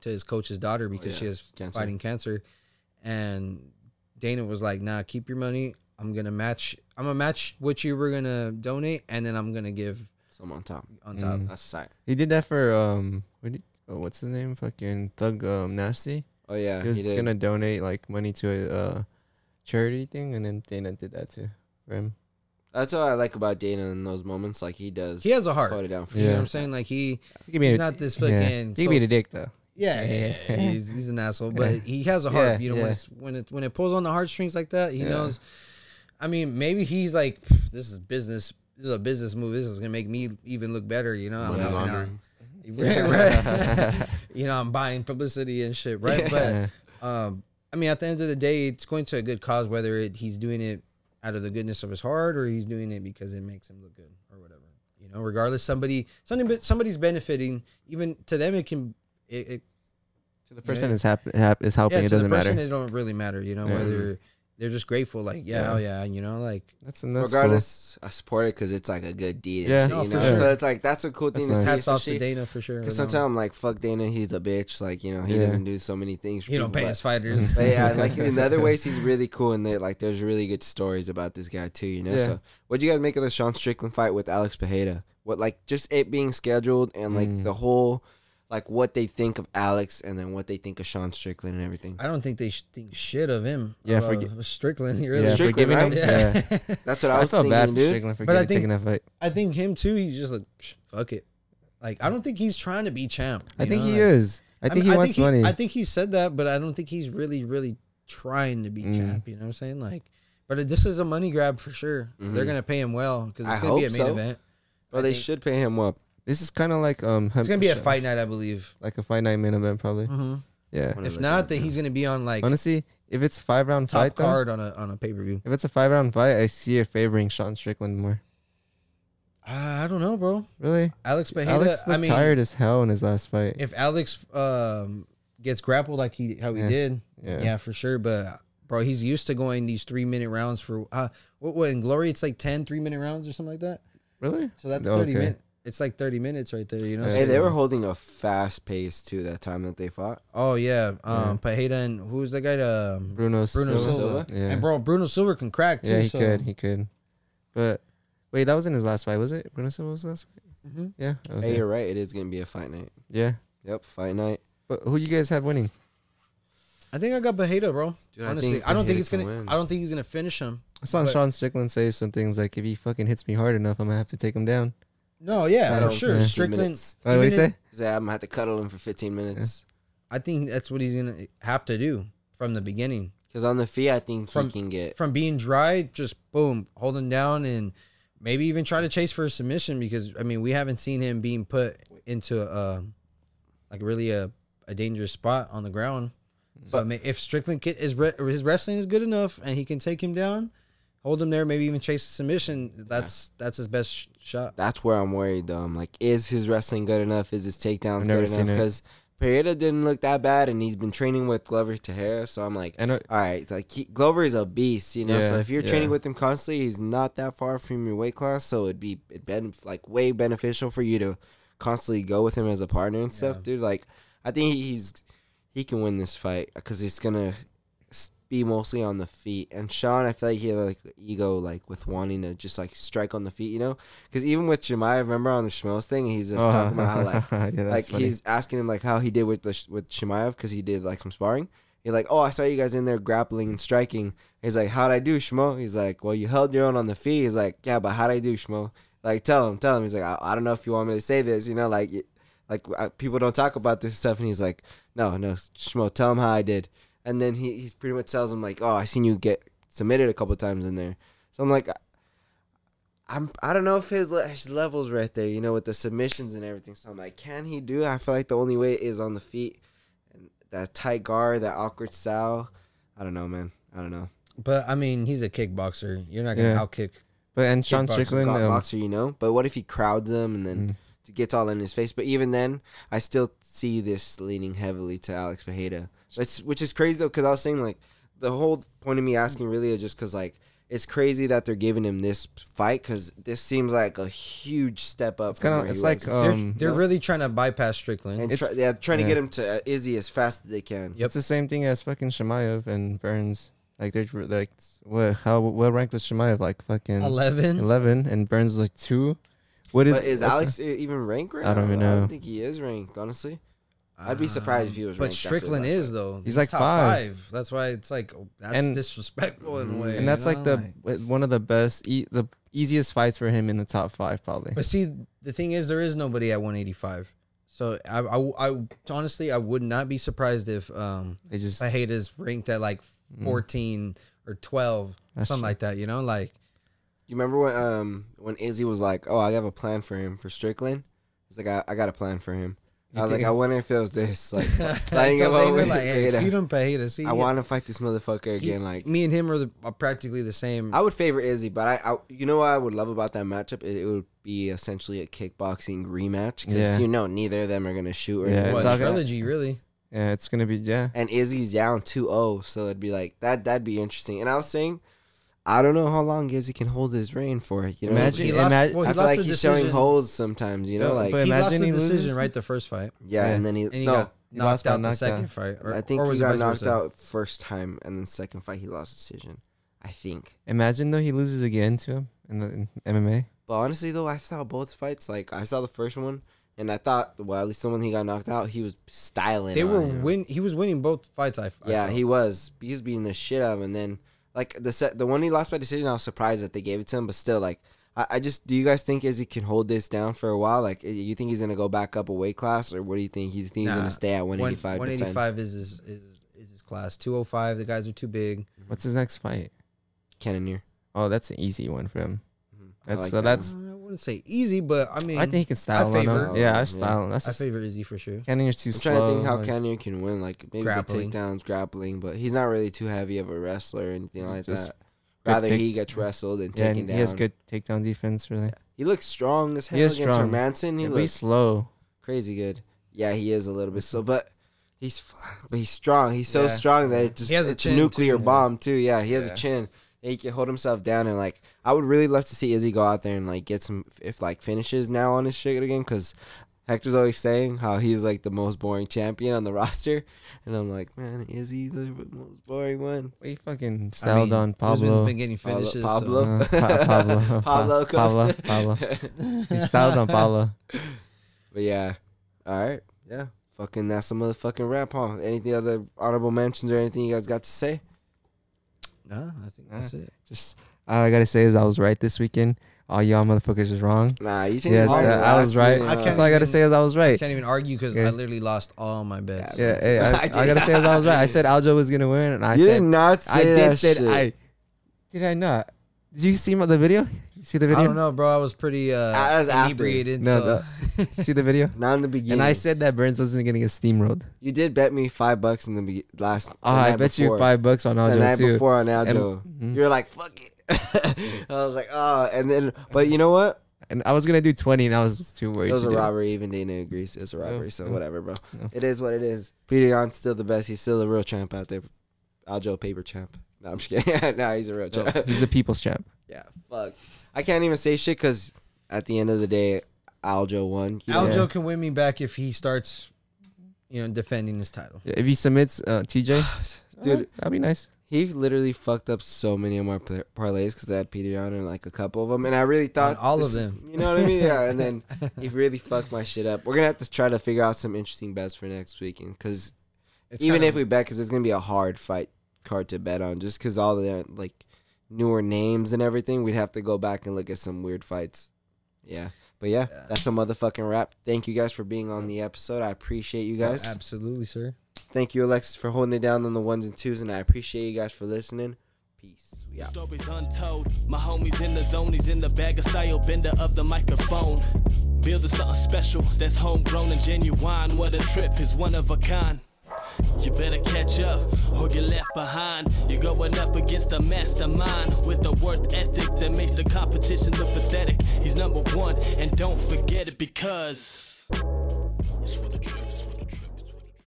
to his coach's daughter because
Oh, yeah.
she is
Cancer.
fighting cancer, and Dana was like, "Nah, keep your money. I'm gonna match. I'm gonna match what you were gonna donate, and then I'm gonna give
Some on top.
on top."
That's sight.
He did that for um, what did, oh, what's his name? Fucking Thug um, Nasty.
Oh yeah,
he was
he did.
gonna donate like money to a uh, charity thing, and then Dana did that too for him.
That's what I like about Dana in those moments. Like he does.
He has a heart.
hold it down for
You know
sure.
what I'm saying? Like he,
He could be
He's
a-
not this
yeah.
fucking-
He could
so-
be the dick though.
yeah,
Yeah.
he's he's an asshole, but
Yeah.
he has a heart.
Yeah,
you know, when
yeah.
it's, when it when it pulls on the heartstrings like that, he
Yeah.
knows. I mean, maybe he's like, "Pff, this is business. This is a business move. This is gonna make me even look better. You know, I'm,
Money
I'm not-
laundering.
right, right. you know, I'm buying publicity and shit, right? But um, I mean, at the end of the day, it's going to a good cause, whether it, he's doing it out of the goodness of his heart or he's doing it because it makes him look good or whatever. You know, regardless, somebody, somebody, somebody's benefiting. Even to them, it can. It, it,
To the person is hap- hap- is helping.
yeah, to
it
the
doesn't
person,
matter.
it don't really matter. You know,
Yeah.
whether they're just grateful, like yeah,
Yeah.
oh yeah, you know, like
that's and that's cool.
Regardless, I support it because it's like a good deed. And
Yeah.
shit,
No,
you
Oh, for
know?
sure.
So it's like that's a cool thing
That's
to
nice.
see.
hats off to
especially-
Dana for sure.
Because
you know.
sometimes I'm like, fuck Dana, he's a bitch. Like, you know, he
Yeah.
doesn't do so many things. for
he don't
people,
pay
but-
his fighters.
Mm-hmm.
But yeah, like in the other ways, he's really cool, and there like there's really good stories about this guy too. You know,
Yeah.
so what do you guys make of the Sean Strickland fight with Alex Pajeda? What like just it being scheduled and like
Mm.
the whole like what they think of Alex and then what they think of Sean Strickland and everything.
I don't think they sh- think shit of him.
Yeah,
of,
forget-
uh, Strickland. Really.
yeah, for
Strickland,
giving
right?
him. Yeah.
That's what I
I
was
felt bad
thinking,
for
dude.
Strickland for
But I
getting- taking that fight.
I think him too. He's just like, Psh, fuck it. Like I don't think he's trying to be champ.
I
you
think
know?
he
Like,
is. I think
mean,
he wants money.
I think he said that, but I don't think he's really, really trying to be
Mm-hmm.
champ. You know what I'm saying? Like, but this is a money grab for sure. They're
Mm-hmm.
gonna pay him well because it's
I
gonna be a
hope
main
so.
event.
But they should pay him up.
this is kind of like um.
It's gonna be a fight Mm-hmm. night, I believe.
like a fight night main event probably. Yeah.
Wanna
If
look
not,
at it
then
now.
he's gonna be on like
Honestly, if it's five round
top
fight though,
card on a on a pay per view.
if it's a five round fight, I see it favoring Sean Strickland more.
Uh, I don't know, bro.
Really?
Alex Pajeda.
Alex looked
I mean,
tired as hell in his last fight.
if Alex um, gets grappled like he how he
Yeah.
did, yeah.
Yeah.
for sure. But bro, he's used to going these three minute rounds for uh, what, what in Glory it's like 10 three minute rounds or something like that.
really?
So that's
No,
thirty
Oh, okay.
minutes. It's like thirty minutes right there. You know.
Hey, they were holding a fast pace too that time that they fought.
Oh yeah, um, Pajeda and who's the guy? Um, Bruno,
Bruno, Silva.
Silva.
Yeah.
And bro, Bruno Silva can crack too.
yeah, he
so.
could. He could. But wait, that was in his last fight, was it? Bruno Silva was his last fight.
Mm-hmm.
Yeah. Okay.
Hey, you're right. It is gonna be a fight night.
yeah.
Yep, fight night.
But who you guys have winning?
I think I got Pajeda, bro.
Dude, I
Honestly,
think
I, don't think
Pajeda
it's gonna.
can win.
I don't think he's gonna finish him.
I saw
But-
Sean Strickland say some things like, "If he fucking hits me hard enough, I'm gonna have to take him down."
No, yeah,
Cuddle
for
him
sure.
15
Strickland.
minutes.
What did he
even if-
say?
He said, I'm gonna have to cuddle him for 15 minutes.
I think that's what he's gonna have to do from the beginning.
Because on the fee, I think
From-
he can get.
from being dry, just boom, holding down and maybe even try to chase for a submission because I mean we haven't seen him being put into um like really a, a dangerous spot on the ground. So I mean, if Strickland get, is re- his wrestling is good enough and he can take him down, hold him there, maybe even chase a submission. That's that's his best sh- shot.
That's where I'm worried though. I'm like, is his wrestling good enough? Is his takedowns
I've never
good enough?
seen it.
Because Pereira didn't look that bad, and he's been training with Glover Tejera. So I'm like,
And uh,
all right, like he, Glover is a beast, you know. so
Yeah,
if you're
yeah.
training with him constantly, he's not that far from your weight class. So it'd be it been like way beneficial for you to constantly go with him as a partner and stuff, dude. Like, I think he's he can win this fight because he's gonna s- be mostly on the feet. And Sean, I feel like he had like ego, like with wanting to just like strike on the feet, you know? Because even with Jemai, remember on the Schmelz thing, he's
Uh-huh.
just talking about how like
yeah, that's
like
funny.
he's asking him like how he did with the, sh- with Shemaev because he did like some sparring. He's like, oh, I saw you guys in there grappling and striking. He's like, how'd I do, Shmo? He's like, well, you held your own on the feet. He's like, yeah, but how'd I do, Shmo? Like, tell him, tell him. He's like, I, I don't know if you want me to say this, you know, like, y- like uh, people don't talk about this stuff. And he's like, no, no, Shmo, tell him how I did. And then he he's pretty much tells him like, oh, I seen you get submitted a couple times in there. So I'm like, I'm I don't know if his, le- his levels right there, you know, with the submissions and everything. So I'm like, can he do? it? I feel like the only way is on the feet and that tight guard, that awkward style. I don't know, man. I don't know.
But I mean, he's a kickboxer. You're not gonna
Yeah.
outkick
But and Sean
Kickboxing,
Strickland,
got
um,
boxer, you know. But what if he crowds him and
Mm.
then gets all in his face? But even then, I still see this leaning heavily to Alex Bejeda, It's- which is crazy though, because I was saying like the whole point of me asking really is just because like it's crazy that they're giving him this fight because this seems like a huge step up.
It's kinda-
from where
it's
he
like,
was.
uh, Um,
they're they're really trying to bypass Strickland.
and
it's-
try, yeah, trying to
yeah.
get him to uh, Izzy as fast as they can.
Yep.
it's the same thing as fucking Shemaev and Burns. Like they're dr- like what? How what rank was Shemaev? Like fucking
11?
Eleven, and Burns was like two. What is?
But is
what's
Alex e- even ranked right
I don't
now?
even
I
know.
don't think he is ranked, honestly. I'd be surprised if he was
But
ranked after
Strickland
the last
is though.
He's like five.
That's why it's like oh, that's
And-
disrespectful in a way.
and that's
you
like
know,
the one of the best, e- the easiest fights for him in the top five, probably.
But see, the thing is, there is nobody at 185. So I, I, I honestly, I would not be surprised if um,
They just
Fajeda is ranked at like 14 or 12,
Mm. That's
something
true.
like that. You know, like
You remember when um when Izzy was like, "Oh, I have a plan for him for Strickland." He's like, "I, I got a plan for him." I was like, "I wonder if it was this like lining
So
him
they
up
were
with
like, hey,
Fajeda.
feed him Fajeda. See,
I want to fight this motherfucker
he-
again." Like,
me and him are, the, are practically the same.
I would favor Izzy, but I, I you know what I would love about that matchup? It, it would be essentially a kickboxing rematch because
Yeah.
you know neither of them are gonna shoot or
Yeah,
anything
it's
what,
like
all
that.
good.
trilogy, really?
yeah, it's gonna be yeah.
and Izzy's down 2-0, so it'd be like that. That'd be interesting. And I was saying, I don't know how long Izzy can hold his reign for. You know,
Imagine-
He-
He lost,
imagine-
well, he
I feel
lost
like
the
he's
decision.
showing holes sometimes. You know,
Yeah,
like
but
he lost the
Imagine he loses.
decision right the first fight,
yeah,
yeah.
and then he,
and he
no,
got
he
knocked
lost by
out the
knockout.
second fight. Or,
I think
or
he
was it
got
vice
knocked
versa?
out first time, and then second fight he lost decision. I think.
Imagine though he loses again to him in the in MMA.
But honestly, though, I saw both fights. Like I saw the first one, and I thought, well, at least someone he got knocked out, he was styling.
They
on
were
him.
win. He was winning both fights. I, I
uh, Yeah,
felt.
he was. He was beating the shit out of him. And then, like, the set, the one he lost by decision, I was surprised that they gave it to him. But still, like, I, I just, do you guys think Izzy can hold this down for a while? Like, eh, you think he's going to go back up a weight class, or what do you think? You think he's going
Nah,
to stay at
One-
185? 185.
185 is his, is, is his class. 205, the guys are too big.
What's his next fight?
Cannoneer.
Oh, that's an easy one for him.
I
That's
like
so
that one.
that's.
Uh, I wouldn't say easy, but I mean,
I think he can style on
favor-
him. Yeah, I
Yeah.
style. That's
I
just,
favor Izzy for sure.
Cannonier's too
I'm
slow.
trying to think how
like-
Cannoneer can win. Like, maybe
Grappling.
the takedowns, grappling, but he's not really too heavy of a wrestler or anything
He's
like
just
that. Rather,
take-
he gets wrestled and
yeah,
taken
and
down.
he has good takedown defense. Really,
He looks strong as hell
He is
against
strong.
Hermanson. He
yeah, but he's
looks
slow.
crazy good. Yeah, he is a little bit slow, but he's f- but he's strong. He's so
Yeah.
strong that it just
He has a
it's
chin,
nuclear
too.
bomb too. Yeah, he has a chin. And he can hold himself down and like I would really love to see Izzy go out there and like get some if like finishes now on his shit again because Hector's always saying how he's like the most boring champion on the roster, and I'm like, man, is he the most boring one?
He fucking
I
styled
mean,
on
Usman's
Pablo.
been getting
Pablo-
finishes. uh-huh. so-
Pablo,
Uh, Pa- Pablo, Pa-
Pablo
Pablo,
Costa.
Pablo. He styled on Pablo.
But yeah, all right, yeah, fucking that's a motherfucking rap, huh? Anything other honorable mentions or anything you guys got to say?
no, I think that's it.
Just all I gotta say is I was right this weekend. All y'all motherfuckers is wrong.
Nah, you changed.
Yes,
all
uh,
the
I was
last
right.
minute,
I
huh?
can't
That's all I gotta
even-
say is I was right.
Can't even argue because
Yeah.
I literally lost all my bets.
Yeah, hey, I,
I
I
did
gotta say I was right. I said Aljo was gonna win, and I
you
said
did not say
I did
that
say
shit.
I did I not? Did you see my, the video? You see the video?
I don't know, bro. I was pretty uh,
That was after.
inebriated.
No,
so.
See the video?
not in the beginning.
And I said that Burns wasn't gonna get steamrolled.
you did bet me five bucks in the be- last.
Oh, I bet you five bucks on
The
Aljo
night
too.
before on Aljo,
mhm.
you were like, "Fuck it." I was like, "Oh," and then, but you know what?
And I was gonna do twenty, and I was too worried.
It was
to
a
do
robbery. Even Dana agrees it's a robbery. So
no,
whatever, bro.
no.
It is what it is. Peter Yan's still the best. He's still the real champ out there. Aljo paper champ. No, I'm just kidding. nah, he's a real
No,
champ.
he's the people's champ.
Yeah, fuck. I can't even say shit because at the end of the day, Aljo won. You know?
Aljo
Yeah.
can win me back if he starts, you know, defending his title.
If he submits uh, TJ,
Dude,
alright, that'd be nice.
He literally fucked up so many of my par- parlays because I had Peter on and like a couple of them, and I really
On
thought
all of
this is-
them.
you know what I mean? Yeah, and then he really fucked my shit up. We're gonna have to try to figure out some interesting bets for next weekend because
It's
even
kind
if
of-
we bet, because it's gonna be a hard fight card to bet on, just because all the like newer names and everything, we'd have to go back and look at some weird fights. Yeah, but yeah,
Yeah.
that's a motherfucking wrap. Thank you guys for being on the episode. I appreciate you guys.
absolutely, sir.
Thank you, Alexis, for holding it down on the ones and twos, and I appreciate you guys for listening. Peace. We out.
Stories untold. My homies in the zone, he's in the bag of style, bender of the microphone. Building something special that's homegrown and genuine. What a trip is one of a kind. You better catch up or get left behind. You're going up against a mastermind with a worth ethic that makes the competition look pathetic. He's number one, and don't forget it because.